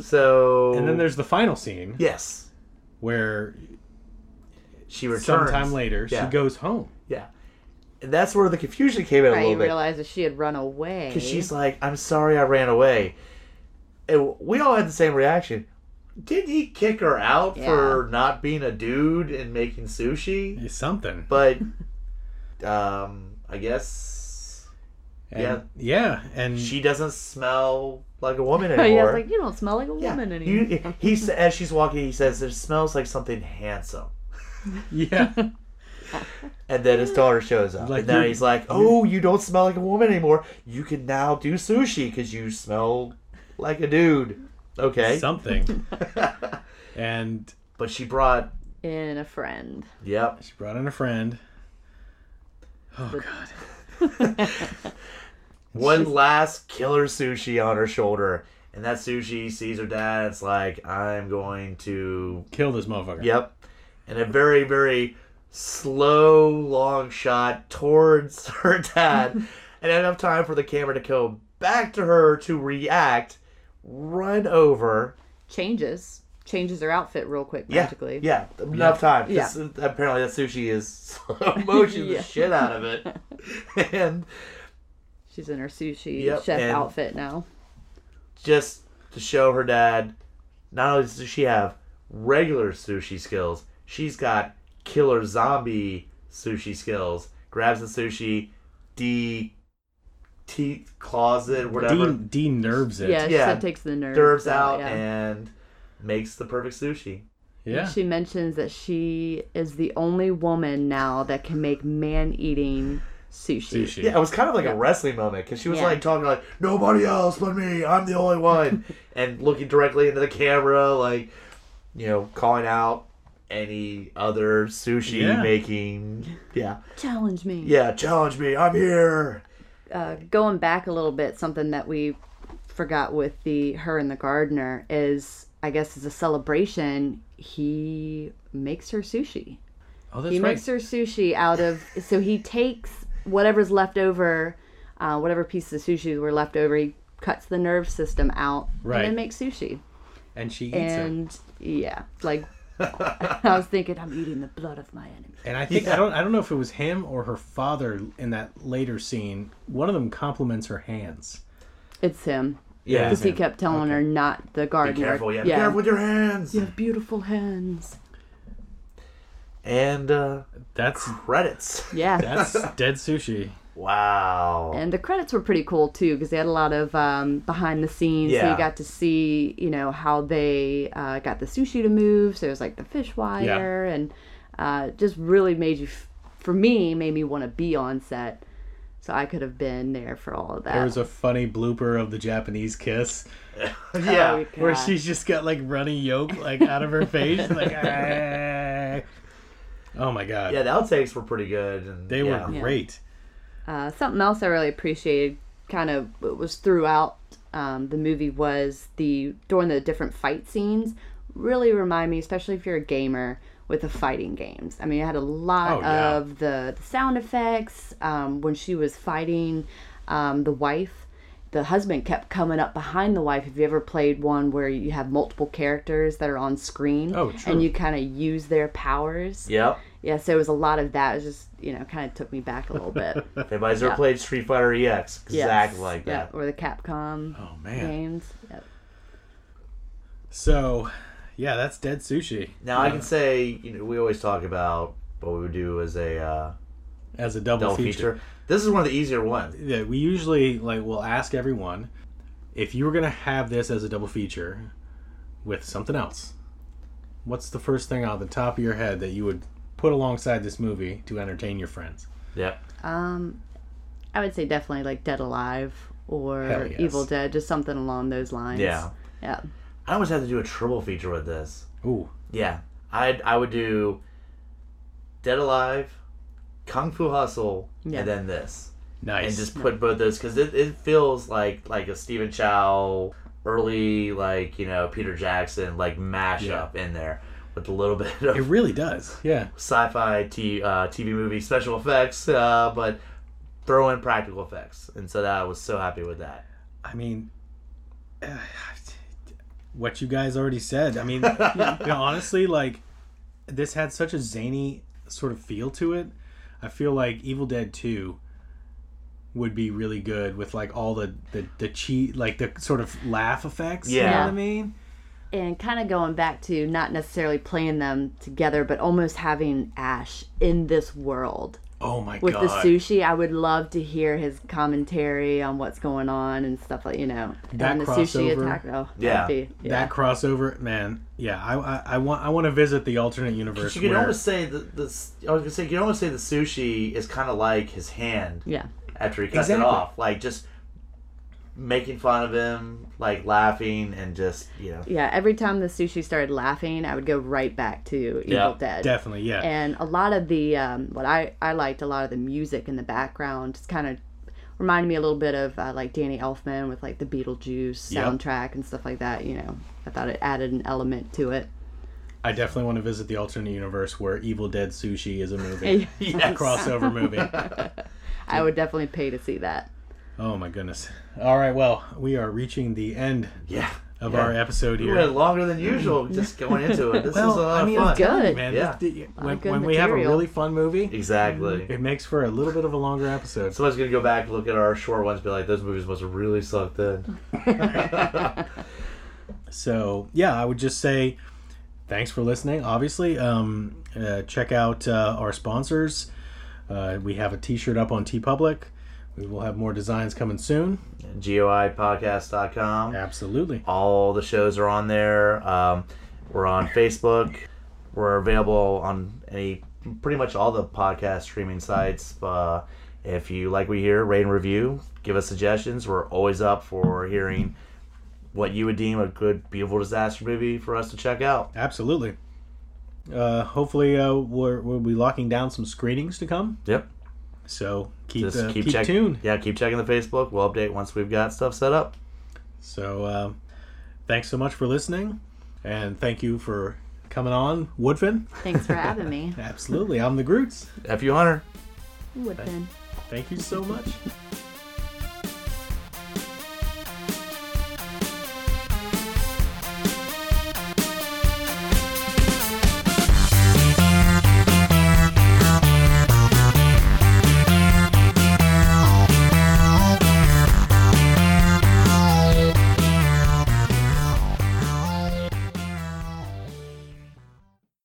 [SPEAKER 3] so.
[SPEAKER 2] and then there's the final scene
[SPEAKER 3] yes.
[SPEAKER 2] where
[SPEAKER 3] She returns
[SPEAKER 2] sometime later
[SPEAKER 3] Yeah.
[SPEAKER 2] she goes home.
[SPEAKER 3] Yeah. And that's where the confusion came in a
[SPEAKER 4] Right,
[SPEAKER 3] little
[SPEAKER 4] you "Eh?"
[SPEAKER 3] bit.
[SPEAKER 4] realize that she had run away.
[SPEAKER 3] Because she's like, I'm sorry I ran away. And we all had the same reaction. Did he kick her out for not being a dude and making sushi?
[SPEAKER 2] It's something.
[SPEAKER 3] But, um, I guess
[SPEAKER 2] And-
[SPEAKER 3] Yeah.
[SPEAKER 2] Yeah. And
[SPEAKER 3] she doesn't smell like a woman
[SPEAKER 4] Oh, yeah, I
[SPEAKER 3] anymore.
[SPEAKER 4] was like, you don't smell like a
[SPEAKER 3] Yeah.
[SPEAKER 4] woman anymore.
[SPEAKER 3] You- he sa- as she's walking, he says, "It smells like something handsome."
[SPEAKER 2] yeah.
[SPEAKER 3] And then his daughter shows up,
[SPEAKER 2] Like,
[SPEAKER 3] and now
[SPEAKER 2] you-
[SPEAKER 3] he's like, "Oh, you don't smell like a woman anymore. You can now do sushi because you smell like a dude." Okay,
[SPEAKER 2] Something. and
[SPEAKER 3] but she brought
[SPEAKER 4] And a friend.
[SPEAKER 3] Yep.
[SPEAKER 2] she brought in a friend. Oh god.
[SPEAKER 3] One last killer sushi on her shoulder. And that sushi sees her dad. It's like, I'm going to.
[SPEAKER 2] Kill this motherfucker.
[SPEAKER 3] Yep. And a very, very slow, long shot towards her dad. and enough time for the camera to go back to her to react, run over.
[SPEAKER 4] Changes. Changes her outfit real quick
[SPEAKER 3] Yeah.
[SPEAKER 4] magically.
[SPEAKER 3] Yeah. Enough time.
[SPEAKER 4] Yeah.
[SPEAKER 3] 'Cause uh, Apparently, that sushi is slow motion
[SPEAKER 4] Yeah.
[SPEAKER 3] the shit out of it. and
[SPEAKER 4] She's in her sushi
[SPEAKER 3] Yep,
[SPEAKER 4] chef
[SPEAKER 3] and-
[SPEAKER 4] outfit now.
[SPEAKER 3] just to show her dad not only does she have regular sushi skills, she's got killer zombie sushi skills. Grabs the sushi, de teeth claws it, whatever,
[SPEAKER 2] De, de nerves it.
[SPEAKER 4] Yeah, she
[SPEAKER 3] Yeah.
[SPEAKER 4] said takes the nerves,
[SPEAKER 3] derves out
[SPEAKER 4] yeah.
[SPEAKER 3] and makes the perfect sushi.
[SPEAKER 2] Yeah.
[SPEAKER 4] She mentions that she is the only woman now that can make man eating sushi.
[SPEAKER 2] Sushi.
[SPEAKER 3] Yeah, it was kind of like a wrestling moment because she was
[SPEAKER 4] Yeah.
[SPEAKER 3] like talking like nobody else but me, I'm the only one, and looking directly into the camera, like you know, calling out any other sushi
[SPEAKER 2] Yeah.
[SPEAKER 3] making. Yeah,
[SPEAKER 4] Challenge me.
[SPEAKER 3] Yeah, challenge me. I'm here.
[SPEAKER 4] uh, going back a little bit, something that we forgot with the her and the gardener is, I guess, as a celebration, he makes her sushi.
[SPEAKER 2] Oh, that's
[SPEAKER 4] he
[SPEAKER 2] right.
[SPEAKER 4] makes her sushi out of. So he takes whatever's left over, uh, whatever pieces of sushi were left over. He cuts the nerve system out and
[SPEAKER 2] Right.
[SPEAKER 4] then makes sushi.
[SPEAKER 2] and she eats it.
[SPEAKER 4] And yeah, like I was thinking, I'm eating the blood of my enemy.
[SPEAKER 2] And I think I don't I don't know if it was him or her father in that later scene. One of them compliments her hands.
[SPEAKER 4] It's him.
[SPEAKER 3] Yeah.
[SPEAKER 4] Because he kept telling her not the
[SPEAKER 3] Be
[SPEAKER 4] gardener.
[SPEAKER 3] careful. Yeah. Be careful with your hands.
[SPEAKER 4] You have beautiful hands.
[SPEAKER 3] And uh,
[SPEAKER 2] That's
[SPEAKER 3] credits.
[SPEAKER 4] Yeah.
[SPEAKER 2] that's dead sushi.
[SPEAKER 3] Wow.
[SPEAKER 4] And the credits were pretty cool too because they had a lot of um, behind the scenes. So
[SPEAKER 3] Yeah.
[SPEAKER 4] you got to see, you know, how they uh, got the sushi to move. So it was like the fish wire and uh, just really made you, f- for me, made me want to be on set. So I could have been there for all of that.
[SPEAKER 2] There was a funny blooper of the Japanese kiss
[SPEAKER 3] yeah.
[SPEAKER 4] Oh,
[SPEAKER 2] where
[SPEAKER 4] God.
[SPEAKER 2] she's just got like runny yolk like out of her face. like, "Ah." oh my god.
[SPEAKER 3] yeah. The outtakes were pretty good. And,
[SPEAKER 2] They
[SPEAKER 3] yeah.
[SPEAKER 2] were great.
[SPEAKER 4] Uh, something else I really appreciated, kind of what was throughout um, the movie, was the during the different fight scenes. Really remind me, especially if you're a gamer with the fighting games. I mean, it had a lot
[SPEAKER 2] Oh, yeah.
[SPEAKER 4] of the, the sound effects um, when she was fighting um, the wife. The husband kept coming up behind the wife. Have you ever played one where you have multiple characters that are on screen
[SPEAKER 2] Oh, true.
[SPEAKER 4] and you kind of use their powers?
[SPEAKER 3] Yep.
[SPEAKER 4] Yeah, so it was a lot of that. It was just, you know, kind of took me back a little bit.
[SPEAKER 3] If anybody's ever played Street Fighter EX,
[SPEAKER 4] Yes.
[SPEAKER 3] exactly like
[SPEAKER 4] Yeah,
[SPEAKER 3] that.
[SPEAKER 4] Or the Capcom
[SPEAKER 2] Oh man.
[SPEAKER 4] games. Yep.
[SPEAKER 2] So, yeah, that's dead sushi
[SPEAKER 3] Now I can say, you know, we always talk about what we would do as a uh,
[SPEAKER 2] as a double,
[SPEAKER 3] double feature. This is one of the easier ones.
[SPEAKER 2] Yeah, we usually like will ask everyone if you were gonna have this as a double feature with something else. What's the first thing off the top of your head that you would put alongside this movie to entertain your friends?
[SPEAKER 3] Yep.
[SPEAKER 4] Um, I would say definitely like Dead Alive or
[SPEAKER 2] Hell yes.
[SPEAKER 4] Evil Dead, just something along those lines.
[SPEAKER 3] Yeah.
[SPEAKER 4] Yeah.
[SPEAKER 3] I almost have to do a triple feature with this.
[SPEAKER 2] Ooh,
[SPEAKER 3] Yeah, I I would do Dead Alive, Kung Fu Hustle,
[SPEAKER 4] Yeah.
[SPEAKER 3] and then this,
[SPEAKER 2] nice.
[SPEAKER 3] and just put both those because it, it feels like like a Stephen Chow early like you know Peter Jackson like mashup in there with a little bit
[SPEAKER 2] it
[SPEAKER 3] of
[SPEAKER 2] really does. Yeah.
[SPEAKER 3] sci-fi t, uh, TV movie special effects, uh, but throw in practical effects, and so that I was so happy with that.
[SPEAKER 2] I mean, uh, what you guys already said. I mean, you know, honestly, like this had such a zany sort of feel to it. I feel like Evil Dead Two would be really good with like all the the the cheat, like the sort of laugh effects. you know
[SPEAKER 3] Yeah.
[SPEAKER 2] what I mean.
[SPEAKER 4] And kind of going back to not necessarily playing them together, but almost having Ash in this world
[SPEAKER 2] Oh my
[SPEAKER 4] with
[SPEAKER 2] god,
[SPEAKER 4] the sushi. I would love to hear his commentary on what's going on and stuff like you know.
[SPEAKER 2] That
[SPEAKER 4] and the sushi
[SPEAKER 2] crossover.
[SPEAKER 4] attack. Oh,
[SPEAKER 3] Yeah.
[SPEAKER 4] that'd be- yeah.
[SPEAKER 2] that crossover, man. Yeah, I, I I want I want to visit the alternate universe.
[SPEAKER 3] You could
[SPEAKER 2] where-
[SPEAKER 3] almost say the, the s- I was gonna say you could almost say the sushi is kind of like his hand.
[SPEAKER 4] yeah.
[SPEAKER 3] after he cuts
[SPEAKER 2] Exactly.
[SPEAKER 3] it off. Like just making fun of him, like laughing and just you know.
[SPEAKER 4] Yeah, every time the sushi started laughing, I would go right back to Evil
[SPEAKER 3] Yeah,
[SPEAKER 4] Dead.
[SPEAKER 2] definitely, yeah.
[SPEAKER 4] And a lot of the, um, what I, I liked, a lot of the music in the background just kind of reminded me a little bit of uh, like Danny Elfman with like the Beetlejuice
[SPEAKER 2] Yep.
[SPEAKER 4] soundtrack and stuff like that. You know, I thought it added an element to it.
[SPEAKER 2] I definitely want to visit the alternate universe where Evil Dead Sushi is a movie,
[SPEAKER 3] Yes.
[SPEAKER 2] crossover movie.
[SPEAKER 4] I would definitely pay to see that.
[SPEAKER 2] Oh my goodness. All right, well, we are reaching the end
[SPEAKER 3] Yeah.
[SPEAKER 2] of
[SPEAKER 3] Yeah.
[SPEAKER 2] our episode
[SPEAKER 3] We
[SPEAKER 2] here.
[SPEAKER 3] went longer than usual just going into it. This is a lot of uh, fun.
[SPEAKER 4] Good.
[SPEAKER 2] man.
[SPEAKER 3] Yeah.
[SPEAKER 2] this- the- when
[SPEAKER 4] good
[SPEAKER 2] when we have a
[SPEAKER 4] material.
[SPEAKER 2] really fun movie,
[SPEAKER 3] Exactly.
[SPEAKER 2] it makes for a little bit of a longer episode.
[SPEAKER 3] Someone's gonna go back look at our short ones, and be like, "Those movies must have really sucked in."
[SPEAKER 2] So, yeah, I would just say thanks for listening. Obviously, um, uh, check out uh, our sponsors. Uh, we have a T-shirt up on TeePublic. We will have more designs coming soon.
[SPEAKER 3] GOIPodcast.com.
[SPEAKER 2] Absolutely.
[SPEAKER 3] All the shows are on there. Um, we're on Facebook. We're available on any pretty much all the podcast streaming sites. Uh, if you like what you hear, rate and review. Give us suggestions. We're always up for hearing what you would deem a good, beautiful disaster movie for us to check out.
[SPEAKER 2] Absolutely. Uh, hopefully, uh, we're, we'll be locking down some screenings to come.
[SPEAKER 3] Yep.
[SPEAKER 2] So keep
[SPEAKER 3] Just
[SPEAKER 2] uh, keep,
[SPEAKER 3] check-
[SPEAKER 2] tuned.
[SPEAKER 3] Yeah, keep checking the Facebook. We'll update once we've got stuff set up.
[SPEAKER 2] So um, thanks so much for listening, and thank you for coming on, Woodfin.
[SPEAKER 4] Thanks for having me.
[SPEAKER 2] Absolutely, I'm the Groots.
[SPEAKER 3] F you, Hunter.
[SPEAKER 4] Woodfin.
[SPEAKER 2] Thank you so much.